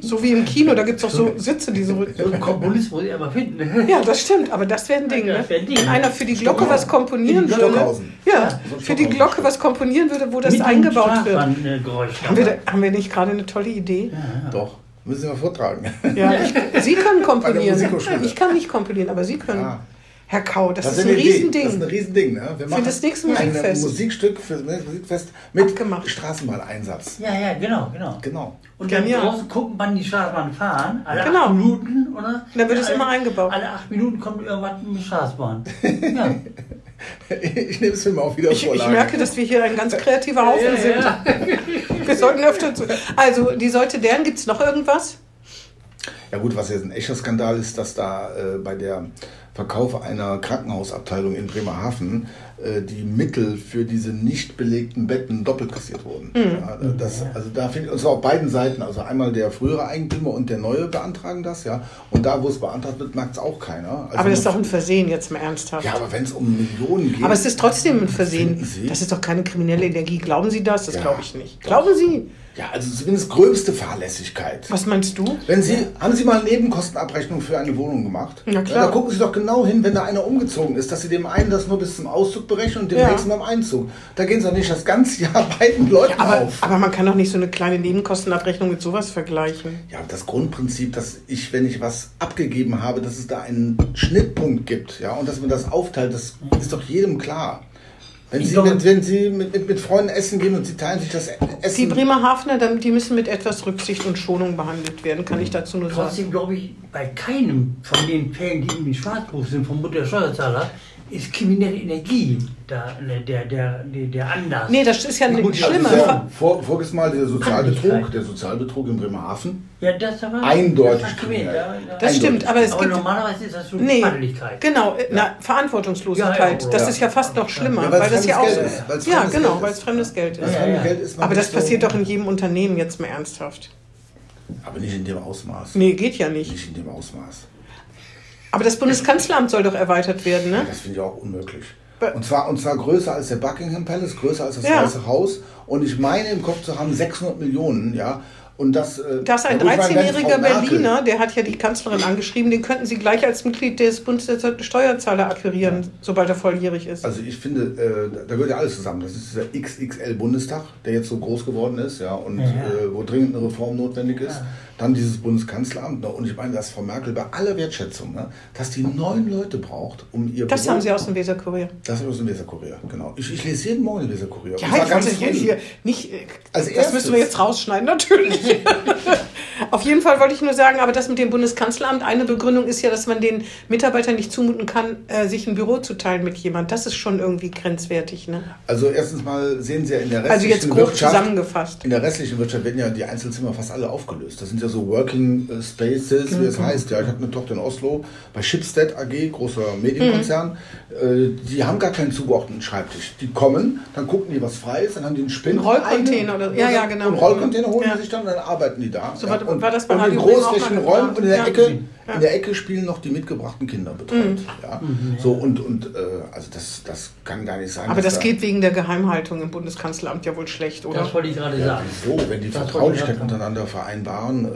Speaker 2: So wie im Kino, da gibt es doch so Sitze, die so.
Speaker 3: So einen Komponist muss ich aber finden. ne?
Speaker 2: Ja, das stimmt, aber das wäre ein Ding, ne?
Speaker 3: Das wär ein Ding.
Speaker 2: Wenn einer für die Glocke was komponieren
Speaker 4: Für die
Speaker 2: würde.
Speaker 4: Stockhausen.
Speaker 2: Ja, für die Glocke was komponieren würde, wo das eingebaut wird. Haben
Speaker 3: Geräusch.
Speaker 2: wir, da, haben wir nicht gerade eine tolle Idee?
Speaker 3: genau.
Speaker 4: Doch, müssen Sie mal vortragen.
Speaker 2: Ja, ich, Sie können
Speaker 4: Bei der
Speaker 2: komponieren.
Speaker 4: Musikhochschule.
Speaker 2: Ich kann nicht komponieren, aber Sie können.
Speaker 4: Ja.
Speaker 2: Herr Kau, das, ist
Speaker 4: eine
Speaker 2: ein
Speaker 4: Idee.
Speaker 2: Riesending.
Speaker 4: Das ist ein Riesending. Ne? Wir machen
Speaker 2: das nächste
Speaker 4: ein
Speaker 2: Musikfest.
Speaker 4: Musikstück für das nächste Musikfest mit
Speaker 2: Abgemacht.
Speaker 4: Straßenbahn-Einsatz.
Speaker 3: Ja, ja, genau, genau.
Speaker 4: Genau.
Speaker 3: Und dann
Speaker 2: Genial.
Speaker 3: draußen gucken, wann die Straßenbahn fahren. Alle
Speaker 2: Genau.
Speaker 3: acht Minuten, oder?
Speaker 2: Dann wird es
Speaker 3: alle,
Speaker 2: immer eingebaut.
Speaker 3: Alle acht Minuten kommt irgendwas mit der Straßenbahn. Ja.
Speaker 4: Ich nehme es mir mal auch wieder
Speaker 2: Ich, ich
Speaker 4: Vorlage.
Speaker 2: merke, dass wir hier ein ganz kreativer Haufen sind. Wir sollten öfter zu. Also, die sollte deren, gibt es noch irgendwas?
Speaker 4: Ja gut, was jetzt ein echter Skandal ist, dass da äh, bei der Verkauf einer Krankenhausabteilung in Bremerhaven äh, die Mittel für diese nicht belegten Betten doppelt kassiert wurden.
Speaker 2: Mhm.
Speaker 4: Ja, das, also da finde ich, und zwar auf beiden Seiten, also einmal der frühere Eigentümer und der neue beantragen das, ja. Und da, wo es beantragt wird, merkt es auch keiner. Also
Speaker 2: Aber das ist doch ein Versehen, jetzt mal ernsthaft.
Speaker 4: Ja, aber wenn es um Millionen geht.
Speaker 2: Aber es ist trotzdem ein Versehen.
Speaker 4: Finden Sie?
Speaker 2: Das ist doch keine kriminelle Energie. Glauben Sie das? Das
Speaker 4: Ja.
Speaker 2: glaube ich nicht. Glauben Sie?
Speaker 4: ja, also zumindest gröbste Fahrlässigkeit.
Speaker 2: Was meinst du?
Speaker 4: Wenn Sie, haben Sie mal eine Nebenkostenabrechnung für eine Wohnung gemacht?
Speaker 2: Na klar.
Speaker 4: Ja, da gucken Sie doch genau hin, wenn da einer umgezogen ist, dass Sie dem einen das nur bis zum Auszug berechnen und dem
Speaker 2: Ja.
Speaker 4: nächsten beim Einzug. Da gehen Sie doch nicht das ganze Jahr beiden Leuten
Speaker 2: Aber,
Speaker 4: auf.
Speaker 2: aber man kann doch nicht so eine kleine Nebenkostenabrechnung mit sowas vergleichen.
Speaker 4: Ja, das Grundprinzip, dass ich, wenn ich was abgegeben habe, dass es da einen Schnittpunkt gibt, ja, und dass man das aufteilt, das ist doch jedem klar. Wenn
Speaker 3: Ich
Speaker 4: Sie,
Speaker 3: glaube-
Speaker 4: wenn, wenn Sie mit, mit, mit Freunden essen gehen und Sie teilen sich das
Speaker 2: Die
Speaker 4: Essen.
Speaker 2: Bremerhavener, dann- die müssen mit etwas Rücksicht und Schonung behandelt werden, kann ich dazu nur sagen.
Speaker 3: Trotzdem glaube ich, bei keinem von den Fällen, die im Schwarzbuch sind, vom Mund der Steuerzahler, ist kriminelle Energie da, ne, der, der, der, der Anlass.
Speaker 2: Nee, das ist ja
Speaker 3: Gut, das ist
Speaker 2: schlimmer.
Speaker 3: ja-
Speaker 2: Ver-
Speaker 4: vor, voriges Mal der Sozialbetrug,
Speaker 3: Abhängigkeit.
Speaker 4: der Sozialbetrug in Bremerhaven,
Speaker 3: ja, das aber,
Speaker 4: eindeutig
Speaker 3: das war
Speaker 4: kriminell.
Speaker 3: kriminell. Ja, ja.
Speaker 2: Das stimmt,
Speaker 4: Eindeutig.
Speaker 2: aber es
Speaker 3: aber
Speaker 2: gibt.
Speaker 3: normalerweise ist das so
Speaker 2: Nee,
Speaker 3: Fadeligkeit.
Speaker 2: genau, äh, na, Verantwortungslosigkeit.
Speaker 3: Ja, ja,
Speaker 2: das
Speaker 3: ja.
Speaker 2: ist ja fast noch schlimmer,
Speaker 4: Ja,
Speaker 2: weil,
Speaker 4: weil's
Speaker 2: das ja auch
Speaker 4: fremdes
Speaker 2: so
Speaker 4: Geld ist, weil's
Speaker 2: ist. Ja,
Speaker 4: fremdes
Speaker 2: genau,
Speaker 4: Geld
Speaker 2: weil
Speaker 4: ist.
Speaker 2: es fremdes Geld ist.
Speaker 4: Das
Speaker 3: Ja, ja.
Speaker 4: Geld ist man
Speaker 2: Aber das
Speaker 4: nicht so-
Speaker 2: passiert doch in jedem Unternehmen jetzt mal ernsthaft.
Speaker 4: Aber nicht in dem Ausmaß.
Speaker 2: Nee, geht ja nicht.
Speaker 4: Nicht in dem Ausmaß.
Speaker 2: Aber das Bundeskanzleramt soll doch erweitert werden, ne?
Speaker 4: Das finde ich auch unmöglich.
Speaker 2: Be-
Speaker 4: Und zwar, und zwar größer als der Buckingham Palace, größer als das
Speaker 2: Ja.
Speaker 4: Weiße Haus. Und ich meine im Kopf zu haben 600 Millionen, ja. Und das, äh,
Speaker 2: Da ist ein
Speaker 4: ja gut, ich meine, wenn Frau
Speaker 2: 13-jähriger
Speaker 4: Merkel-
Speaker 2: Berliner, der hat ja die Kanzlerin angeschrieben, den könnten Sie gleich als Mitglied des Bundes der Steuerzahler akquirieren, sobald er volljährig ist.
Speaker 4: Also ich finde, äh, da- da gehört ja alles zusammen. Das ist dieser XXL-Bundestag, der jetzt so groß geworden ist, ja, und Äh, wo dringend eine Reform notwendig ist. Dann dieses Bundeskanzleramt. Ne? Und ich meine, dass Frau Merkel bei aller Wertschätzung, ne, dass die neun Leute braucht, um ihr
Speaker 2: Das
Speaker 4: Büro-
Speaker 2: haben Sie aus dem Weserkurier.
Speaker 4: Das habe ich aus dem Weserkurier, genau. Ich, ich lese jeden Morgen den Weserkurier. Und
Speaker 2: Ja,
Speaker 4: zwar
Speaker 2: ich wollte
Speaker 4: früh.
Speaker 2: hier, hier nicht. äh,
Speaker 4: Als
Speaker 2: das
Speaker 4: erstes.
Speaker 2: müssen wir jetzt rausschneiden, natürlich. Auf jeden Fall wollte ich nur sagen, aber das mit dem Bundeskanzleramt, eine Begründung ist ja, dass man den Mitarbeitern nicht zumuten kann, äh, sich ein Büro zu teilen mit jemand. Das ist schon irgendwie grenzwertig, ne?
Speaker 4: Also erstens mal sehen Sie ja in der restlichen
Speaker 2: Also jetzt grob
Speaker 4: Wirtschaft,
Speaker 2: zusammengefasst.
Speaker 4: in der restlichen Wirtschaft werden ja die Einzelzimmer fast alle aufgelöst. Das sind ja so Working äh, Spaces, wie es
Speaker 2: Genau.
Speaker 4: heißt. Ja, ich habe eine Tochter in Oslo bei Schibsted AG, großer Medienkonzern. Äh,
Speaker 2: Mhm.
Speaker 4: die haben gar keinen zugeordneten Schreibtisch. Die kommen, dann gucken die, was frei ist, dann haben die einen Spinn.
Speaker 2: Ein Rollcontainer oder- ja, ja, genau.
Speaker 4: Einen Rollcontainer holen
Speaker 2: Ja.
Speaker 4: die sich dann und dann arbeiten die da.
Speaker 2: So
Speaker 4: ja.
Speaker 2: war- war das bei
Speaker 4: und in
Speaker 2: Radio Bremen auch mal
Speaker 4: großflächigen
Speaker 2: geplant.
Speaker 4: Räumen und in der
Speaker 2: Ja. Mhm.
Speaker 4: Ecke. In der Ecke spielen noch die mitgebrachten Kinder betreut. Ja. So und, und äh, also das, das kann gar nicht sein.
Speaker 2: Aber das
Speaker 4: dass da-
Speaker 2: geht wegen der Geheimhaltung im Bundeskanzleramt ja wohl schlecht, oder?
Speaker 3: Das wollte ich gerade sagen.
Speaker 4: So, wenn die
Speaker 3: Das wollte ich
Speaker 4: Vertraulichkeit
Speaker 3: gerade sagen.
Speaker 4: miteinander vereinbaren, äh,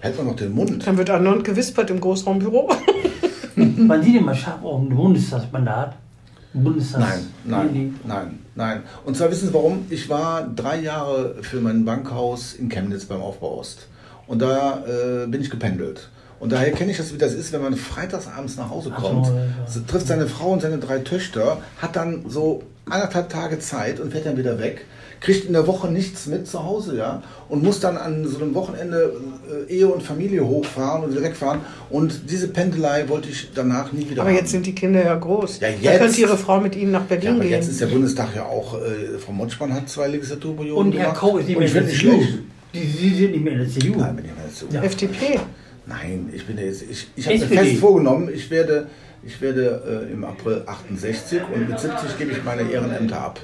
Speaker 4: hält man noch den Mund.
Speaker 2: Dann wird erneut gewispert im Großraumbüro.
Speaker 3: Man sieht immer scharf auf ein Bundestagsmandat. Ein Bundestags
Speaker 4: Nein, nein, nein, nein. Und zwar wissen Sie warum? Ich war drei Jahre für mein Bankhaus in Chemnitz beim Aufbau Ost. Und da äh, bin ich gependelt. Und daher kenne ich das, wie das ist, wenn man freitags abends nach Hause
Speaker 3: Ach so,
Speaker 4: kommt,
Speaker 3: ja, ja.
Speaker 4: so, trifft seine Frau und seine drei Töchter, hat dann so anderthalb Tage Zeit und fährt dann wieder weg, kriegt in der Woche nichts mit zu Hause, ja, und muss dann an so einem Wochenende äh, Ehe und Familie hochfahren und wieder wegfahren. Und diese Pendelei wollte ich danach nie wieder
Speaker 2: Aber
Speaker 4: haben.
Speaker 2: jetzt sind die Kinder ja groß.
Speaker 4: Ja,
Speaker 2: Da
Speaker 4: jetzt.
Speaker 2: könnte ihre Frau mit ihnen nach
Speaker 4: Ja,
Speaker 2: Berlin
Speaker 4: aber jetzt
Speaker 2: gehen.
Speaker 4: ist der Bundestag ja auch, äh, Frau Motschmann hat zwei Legislaturperioden
Speaker 3: Und Herr Koch ist nicht
Speaker 4: Und
Speaker 3: mehr
Speaker 4: ich
Speaker 3: in der
Speaker 4: finde nicht
Speaker 3: CDU.
Speaker 4: schlecht.
Speaker 3: Die, die sind nicht mehr in der CDU.
Speaker 4: Nein, bin ich mal dazu.
Speaker 3: Ja.
Speaker 2: FDP.
Speaker 4: Nein, ich bin ja jetzt, ich, ich habe mir
Speaker 3: SPD.
Speaker 4: fest vorgenommen, ich werde, ich werde äh, im April 68 und mit 70 gebe ich meine Ehrenämter ab.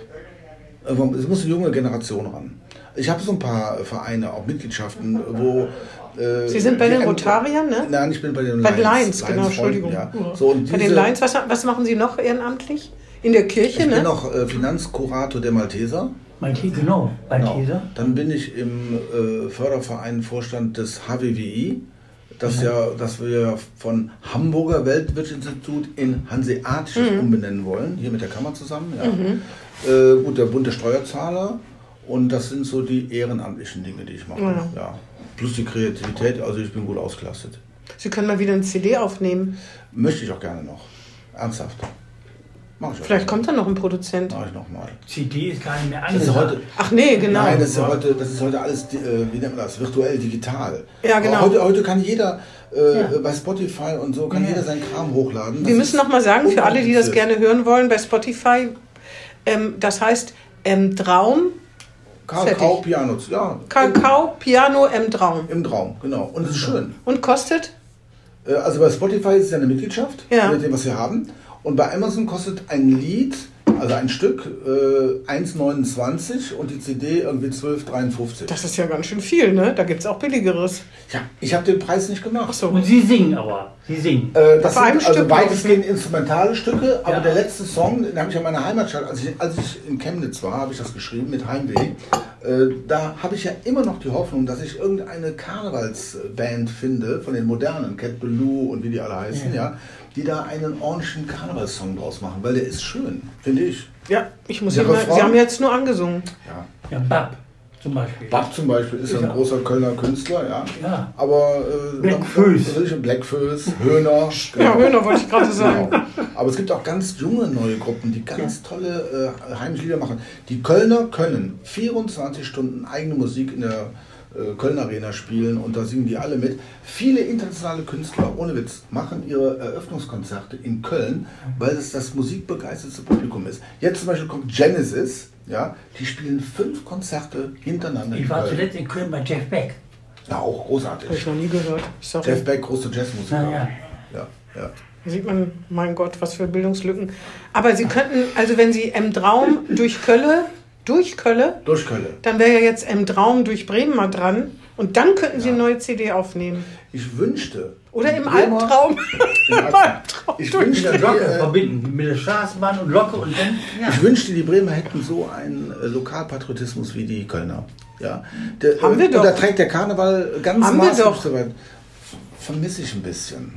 Speaker 4: Äh, Es muss eine junge Generation ran. Ich habe so ein paar äh, Vereine, auch Mitgliedschaften, äh, wo. äh,
Speaker 2: Sie sind bei
Speaker 4: die
Speaker 2: den
Speaker 4: Ämter-
Speaker 2: Rotariern, ne?
Speaker 4: Nein, ich bin bei den
Speaker 2: Bei den Lions,
Speaker 4: Lions
Speaker 2: genau,
Speaker 4: Freunden,
Speaker 2: Entschuldigung.
Speaker 4: Ja.
Speaker 2: Ja.
Speaker 4: So, und
Speaker 2: Bei den
Speaker 4: diese-
Speaker 2: Lions, was, was machen Sie noch ehrenamtlich? In der Kirche,
Speaker 4: Ich
Speaker 2: ne?
Speaker 4: bin noch äh, Finanzkurator der Malteser.
Speaker 3: Malte, genau,
Speaker 4: Genau.
Speaker 3: Malteser.
Speaker 4: Dann bin ich im äh, Förderverein Vorstand des HWWI,
Speaker 2: Mhm.
Speaker 4: das ja, das wir ja von Hamburger Weltwirtschaftsinstitut in Hanseatisches
Speaker 2: Mhm.
Speaker 4: umbenennen wollen, hier mit der Kammer zusammen. Ja. Äh, gut, der Bund der Steuerzahler und das sind so die ehrenamtlichen Dinge, die ich mache. Ja.
Speaker 2: Ja.
Speaker 4: Plus die Kreativität, also ich bin gut ausgelastet.
Speaker 2: Sie können mal wieder eine CD aufnehmen.
Speaker 4: Möchte ich auch gerne noch. Ernsthaft. Mach ich auch
Speaker 2: Vielleicht
Speaker 4: gerne.
Speaker 2: kommt dann noch ein Produzent.
Speaker 4: Mach ich nochmal.
Speaker 3: CD ist gar nicht mehr
Speaker 4: Das ist
Speaker 3: angesagt.
Speaker 4: heute,
Speaker 2: Ach nee, genau.
Speaker 4: Nein, das ist, ja heute, das ist heute alles, äh, wie nennt man das, virtuell, digital.
Speaker 2: Ja, genau.
Speaker 4: Heute, heute kann jeder äh,
Speaker 3: Ja.
Speaker 4: bei Spotify und so, kann
Speaker 3: Ja.
Speaker 4: jeder seinen Kram hochladen.
Speaker 2: Wir müssen noch mal sagen,
Speaker 4: Oh,
Speaker 2: für alle, die das gerne
Speaker 4: unkompliziert.
Speaker 2: hören wollen, bei Spotify, ähm, das heißt M Traum,
Speaker 4: Karl
Speaker 2: fertig.
Speaker 4: Kau Piano, ja.
Speaker 2: Kakao, Piano, M Traum.
Speaker 4: Im, Im Traum, genau. Und es ist schön.
Speaker 2: Und kostet?
Speaker 4: Äh, also bei Spotify ist es ja eine Mitgliedschaft,
Speaker 2: Ja.
Speaker 4: mit dem, was wir haben. Und bei Amazon kostet ein Lied, also ein Stück, äh, 1,29 und die CD irgendwie 12,53.
Speaker 2: Das ist ja ganz schön viel, ne? Da gibt es auch billigeres.
Speaker 4: Ja, ich habe den Preis nicht gemacht.
Speaker 2: Ach so.
Speaker 3: Und sie singen aber. Sie singen.
Speaker 4: Äh, das
Speaker 2: Vor allem
Speaker 4: sind also
Speaker 2: Stück-
Speaker 4: weitestgehend instrumentale Stücke, aber
Speaker 3: Ja.
Speaker 4: der letzte Song, den habe ich in meiner Heimatstadt, als ich, als ich in Chemnitz war, habe ich das geschrieben mit Heimweh. Äh, da habe ich ja immer noch die Hoffnung, dass ich irgendeine Karnevalsband finde von den modernen, Cat Ballou und wie die alle heißen, ja. die da einen ordentlichen Karnevalssong draus machen, weil der ist schön, finde ich.
Speaker 2: Ja, ich muss
Speaker 4: Ja,
Speaker 2: ja, mal,
Speaker 4: Refrain?
Speaker 2: Sie haben jetzt nur angesungen.
Speaker 4: Ja.
Speaker 3: Ja, Bab zum Beispiel.
Speaker 4: Bach zum Beispiel ist ja ein
Speaker 3: Ja.
Speaker 4: großer Kölner Künstler, ja.
Speaker 3: Ja.
Speaker 4: Aber äh,
Speaker 3: Blackfoes.
Speaker 4: Blackfoes, Höhner,
Speaker 2: Ja, Höhner wollte ich gerade sagen.
Speaker 4: Genau. Aber es gibt auch ganz junge neue Gruppen, die ganz tolle äh, heimische Lieder machen. Die Kölner können 24 Stunden eigene Musik in der äh, Köln Arena spielen und da singen die alle mit. Viele internationale Künstler, ohne Witz, machen ihre Eröffnungskonzerte in Köln, weil es das musikbegeistertste Publikum ist. Jetzt zum Beispiel kommt Genesis, ja, die spielen fünf Konzerte hintereinander
Speaker 3: Ich
Speaker 4: in
Speaker 3: war
Speaker 4: Köln.
Speaker 3: zuletzt in Köln bei Jeff Beck.
Speaker 4: Ja, auch großartig.
Speaker 2: Habe ich noch nie gehört. Sorry.
Speaker 4: Jeff Beck, großer Jazzmusiker.
Speaker 3: Na ja.
Speaker 4: ja, ja.
Speaker 2: Da sieht man, mein Gott, was für Bildungslücken. Aber Sie könnten, also wenn Sie M Traum durch Kölle, durch Kölle,
Speaker 4: Durch Kölle.
Speaker 2: dann wäre ja jetzt M Traum durch Bremen mal dran. Und dann könnten Sie eine neue CD aufnehmen.
Speaker 4: Ich wünschte.
Speaker 2: Oder im
Speaker 4: Bremer-
Speaker 2: Albtraum.
Speaker 4: Im Albtraum. Ich
Speaker 3: Mit
Speaker 4: wünschte,
Speaker 3: der
Speaker 4: die,
Speaker 3: Glocke
Speaker 4: äh,
Speaker 3: verbinden. Mit der Straßenbahn und Glocke und dann. Ja.
Speaker 4: ich wünschte, die Bremer hätten so einen äh, Lokalpatriotismus wie die Kölner. Ja. Der,
Speaker 2: Haben wir
Speaker 4: äh,
Speaker 2: doch.
Speaker 4: Und da trägt der Karneval ganz
Speaker 2: Haben wir
Speaker 4: maßgeblich
Speaker 2: doch.
Speaker 4: so weit. Vermisse ich ein bisschen.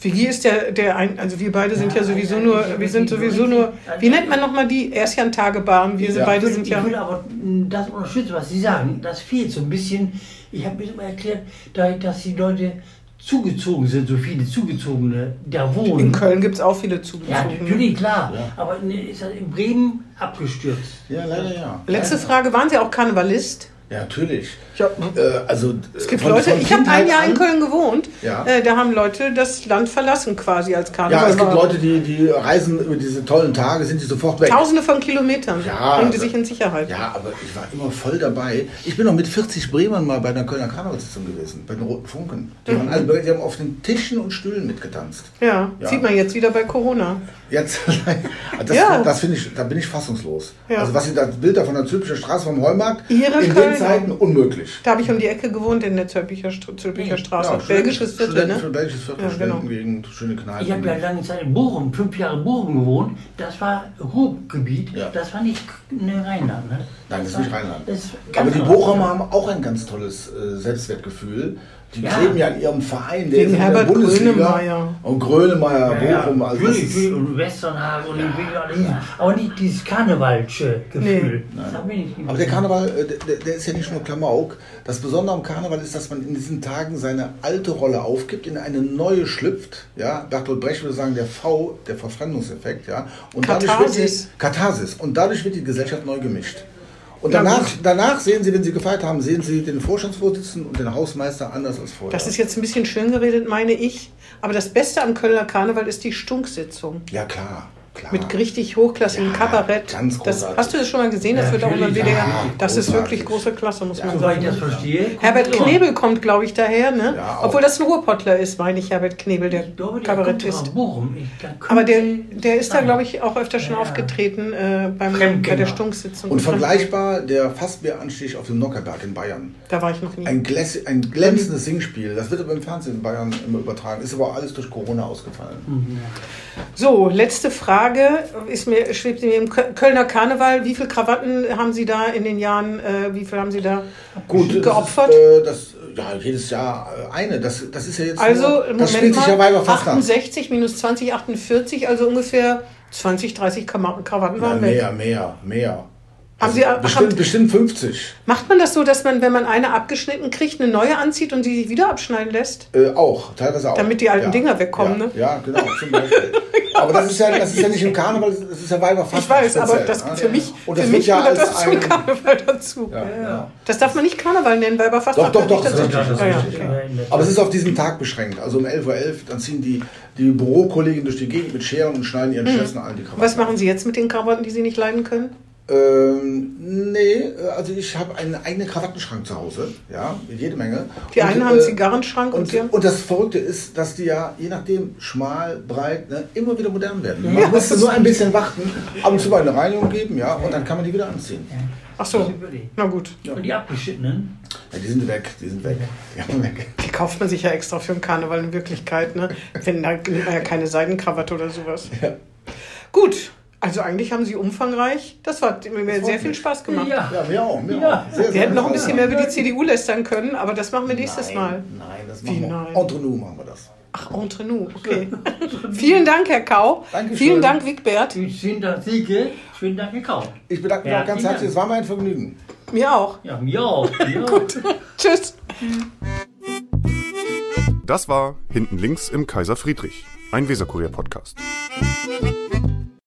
Speaker 2: Vigi ist ja der ein, also wir beide sind ja,
Speaker 3: Ja,
Speaker 2: sowieso
Speaker 3: ja,
Speaker 2: nur,
Speaker 3: ja, ja,
Speaker 2: wir sind
Speaker 3: ja,
Speaker 2: sowieso
Speaker 3: ja,
Speaker 2: nur,
Speaker 3: ja,
Speaker 2: wie
Speaker 3: ja.
Speaker 2: nennt man nochmal die? Er ist ja ein Tagebahn, wir sind
Speaker 4: Ja.
Speaker 2: beide sind
Speaker 3: Ich
Speaker 2: ja.
Speaker 3: will aber mh, das unterstützen, was Sie sagen. Das fehlt so ein bisschen. Ich habe mir immer erklärt, da- dass die Leute zugezogen sind, so viele Zugezogene da wohnen.
Speaker 2: In Köln gibt es auch viele
Speaker 3: Ja,
Speaker 2: zugezogene.
Speaker 3: natürlich, klar.
Speaker 4: Ja.
Speaker 3: Aber ne, ist das in Bremen abgestürzt?
Speaker 4: Ja, leider ja.
Speaker 2: Letzte Frage, waren Sie auch Karnevalist?
Speaker 4: Ja, natürlich.
Speaker 2: Ja.
Speaker 4: Äh, also,
Speaker 2: Es gibt Leute, ich habe ein Jahr in Köln gewohnt,
Speaker 4: Ja.
Speaker 2: äh, da haben Leute das Land verlassen quasi als Karneval.
Speaker 4: Ja, es gibt Leute, die, die reisen über diese tollen Tage, sind die sofort weg.
Speaker 2: Tausende von Kilometern
Speaker 4: Ja,
Speaker 2: bringen die
Speaker 4: also-
Speaker 2: sich in Sicherheit.
Speaker 4: Ja, aber ich war immer voll dabei. Ich bin noch mit 40 Bremern mal bei einer Kölner Karnevalssitzung gewesen, bei den Roten Funken. Die,
Speaker 2: Mhm.
Speaker 4: waren alle, bereit, die haben auf den Tischen und Stühlen mitgetanzt.
Speaker 2: Ja,
Speaker 4: Ja.
Speaker 2: sieht man jetzt wieder bei Corona.
Speaker 4: Jetzt, das,
Speaker 2: Ja.
Speaker 4: das finde ich, da bin ich fassungslos.
Speaker 2: Ja.
Speaker 4: Also was sie da Bilder von der Zülpicher Straße vom Heumarkt
Speaker 2: Ihre
Speaker 4: in
Speaker 2: Kölner.
Speaker 4: den Zeiten unmöglich.
Speaker 2: Da habe ich um die Ecke gewohnt in der Zülpicher, Str- Zülpicher Straße.
Speaker 4: Ja,
Speaker 2: Belgisches
Speaker 4: Studenten-
Speaker 2: Viertel, ne?
Speaker 4: Studenten- Belgisches Viertel,
Speaker 2: Ja, genau.
Speaker 4: Studentengegend, schöne Kneipen.
Speaker 3: Ich habe ja lange Zeit in Bochum, fünf Jahre in Bochum gewohnt. Das war Ruhrgebiet,
Speaker 4: Ja.
Speaker 3: das war nicht ne, Rheinland. Ne?
Speaker 4: Nein, das ist
Speaker 3: war-
Speaker 4: nicht Rheinland.
Speaker 3: das ist
Speaker 4: Aber
Speaker 3: ganz
Speaker 4: die
Speaker 3: anders,
Speaker 2: genau.
Speaker 4: Bochumer
Speaker 3: ja.
Speaker 4: haben auch ein ganz tolles äh, Selbstwertgefühl. Die
Speaker 3: Ja.
Speaker 4: kleben ja an ihrem Verein, der
Speaker 2: Wegen
Speaker 4: ist in der
Speaker 2: Herbert
Speaker 4: Bundesliga.
Speaker 2: Grönemeyer.
Speaker 4: Und Grönemeyer,
Speaker 3: Ja,
Speaker 4: Bochum, also das
Speaker 3: natürlich,
Speaker 4: ist,
Speaker 3: und Westernhagen und die ja. aber nicht dieses karnevalsche Gefühl. Das hab ich nicht.
Speaker 4: Aber der Karneval, äh, der, der ist ja nicht nur Klamauk. Das Besondere am Karneval ist, dass man in diesen Tagen seine alte Rolle aufgibt, in eine neue schlüpft. Ja, Bertolt Brecht würde sagen, der V, der Verfremdungseffekt. Ja, und dadurch wird
Speaker 2: Katharsis.
Speaker 4: die, Katharsis. Und dadurch wird die Gesellschaft neu gemischt. Und
Speaker 2: Na
Speaker 4: danach,
Speaker 2: gut.
Speaker 4: danach sehen Sie, wenn Sie gefeiert haben, sehen Sie den Vorstandsvorsitzenden und den Hausmeister anders als vorher.
Speaker 2: Das ist jetzt ein bisschen schön geredet, meine ich. Aber das Beste am Kölner Karneval ist die Stunksitzung.
Speaker 4: ja klar, klar.
Speaker 2: Mit richtig hochklassigem
Speaker 4: Ja,
Speaker 2: Kabarett.
Speaker 4: ganz
Speaker 2: das,
Speaker 4: großartig.
Speaker 2: hast du das schon mal gesehen? Das
Speaker 3: Ja,
Speaker 2: wird auch immer
Speaker 3: natürlich.
Speaker 2: wieder.
Speaker 4: Ja,
Speaker 2: das ist
Speaker 4: großartig.
Speaker 2: wirklich große Klasse, muss man
Speaker 3: Soweit
Speaker 2: sagen. ne?
Speaker 3: ich das verstehe. kommt
Speaker 2: Heribert
Speaker 3: das immer.
Speaker 2: Knebel kommt, glaube ich, daher, ne?
Speaker 4: Ja, auch.
Speaker 2: Obwohl das ein Ruhrpottler ist, meine ich, Herbert Knebel, der
Speaker 3: Ich glaube, der kommt aus
Speaker 2: Kabarettist.
Speaker 3: Bochum. Ich, da könnte
Speaker 2: Aber der, der ist da,
Speaker 3: sein.
Speaker 2: glaube ich, auch öfter schon
Speaker 3: Ja.
Speaker 2: aufgetreten äh, beim,
Speaker 3: Fremdgänger.
Speaker 2: bei der Stunksitzung.
Speaker 4: und vergleichbar der Fassbieranstich auf dem Nockerberg in Bayern.
Speaker 2: Da war ich noch nie.
Speaker 4: Ein, Gläs ein glänzendes Singspiel, das wird aber im Fernsehen in Bayern immer übertragen, ist aber alles durch Corona ausgefallen.
Speaker 2: Hm. So, letzte Frage. Ist mir, schwebt mir im Kö- Kölner Karneval. Wie viele Krawatten haben Sie da in den Jahren? Äh, wie viel haben Sie da geopfert?
Speaker 4: Das, ist, äh, das, ja, jedes Jahr äh, eine. Das, das ist ja jetzt.
Speaker 2: also,
Speaker 4: nur,
Speaker 2: im Moment
Speaker 4: das spielt sich ja
Speaker 2: mal,
Speaker 4: Weiberfast ab.
Speaker 2: 68 minus 20, 48, also ungefähr 20, 30 Kama- Krawatten
Speaker 4: Ja,
Speaker 2: waren weg.
Speaker 4: mehr, mehr, mehr.
Speaker 2: Haben Sie- ach,
Speaker 4: bestimmt,
Speaker 2: haben-
Speaker 4: bestimmt 50.
Speaker 2: Macht man das so, dass man, wenn man eine abgeschnitten kriegt, eine neue anzieht und sie sich wieder abschneiden lässt?
Speaker 4: Äh, auch, teilweise auch.
Speaker 2: Damit die alten
Speaker 4: ja.
Speaker 2: Dinger wegkommen,
Speaker 4: ja,
Speaker 2: ne?
Speaker 4: Ja, genau, zum Beispiel. aber das ist, ja, das ist ja nicht im Karneval, das ist ja Weiberfast.
Speaker 2: Ich weiß, aber
Speaker 4: speziell,
Speaker 2: das,
Speaker 4: ne?
Speaker 2: für mich,
Speaker 4: Und
Speaker 2: für
Speaker 4: das
Speaker 2: mich
Speaker 4: wird ja
Speaker 2: gehört
Speaker 4: als
Speaker 2: das zum
Speaker 4: ein,
Speaker 2: Karneval dazu.
Speaker 4: ja, genau. ja.
Speaker 2: Das darf man nicht Karneval nennen, weil aber fast
Speaker 4: Doch, doch, doch,
Speaker 2: nicht
Speaker 4: das ist
Speaker 2: dazu.
Speaker 4: richtig, das ist
Speaker 2: ja, ja,
Speaker 4: richtig,
Speaker 2: okay.
Speaker 4: ja. Aber es ist auf diesen Tag beschränkt. Also um 11.11 Uhr, dann ziehen die, die Bürokollegen durch die Gegend mit Scheren und schneiden ihren Chefs an die Krawatten.
Speaker 2: Hm. Was machen Sie jetzt mit den Krawatten, die Sie nicht leiden können?
Speaker 4: Ähm, nee, also ich habe einen eigenen Krawattenschrank zu Hause, ja, jede Menge.
Speaker 2: Die einen haben
Speaker 4: äh,
Speaker 2: Zigarrenschrank und,
Speaker 4: Und,
Speaker 2: Sie haben.
Speaker 4: und das Verrückte ist, dass die ja, je nachdem, schmal, breit, ne, immer wieder modern werden. Man
Speaker 2: Ja,
Speaker 4: muss
Speaker 2: das
Speaker 4: nur
Speaker 2: ist-
Speaker 4: ein bisschen warten, ab und zu mal eine Reinigung geben, ja, und dann kann man die wieder anziehen.
Speaker 2: Ach so, na gut.
Speaker 3: Und die abgeschnittenen?
Speaker 4: Ja, die sind weg, die sind weg. Die haben weg.
Speaker 2: Die kauft man sich ja extra für den Karneval in Wirklichkeit, ne? Wenn da nimmt man ja keine Seidenkrawatte oder sowas.
Speaker 4: Ja.
Speaker 2: Gut, also eigentlich haben Sie umfangreich. Das hat mir sehr
Speaker 4: freut
Speaker 2: viel
Speaker 4: mich.
Speaker 2: Spaß gemacht.
Speaker 4: Ja, mir auch, mir
Speaker 3: Ja.
Speaker 4: auch. Sehr,
Speaker 2: Wir
Speaker 4: sehr
Speaker 2: hätten noch ein bisschen mehr
Speaker 4: interessant.
Speaker 2: über die CDU lästern können, aber das machen wir nächstes
Speaker 4: nein,
Speaker 2: Mal.
Speaker 4: Nein, das
Speaker 2: Wie
Speaker 4: machen
Speaker 2: nein?
Speaker 4: wir. Entre nous machen wir das.
Speaker 2: Ach, entre nous, okay. Vielen Dank, Herr Kau.
Speaker 4: Dankeschön. Hm.
Speaker 2: Vielen Dank, Wigbert.
Speaker 3: Ich bin da Siege, ich bin da gekauft.
Speaker 4: Ich bedanke mich
Speaker 3: Ja,
Speaker 4: auch ganz
Speaker 3: vielen
Speaker 4: herzlich. Es war mir ein Vergnügen.
Speaker 2: Mir auch.
Speaker 3: Ja, mir auch. Mir auch.
Speaker 2: Tschüss.
Speaker 1: Das war Hinten links im Kaiser Friedrich, ein Weserkurier-Podcast.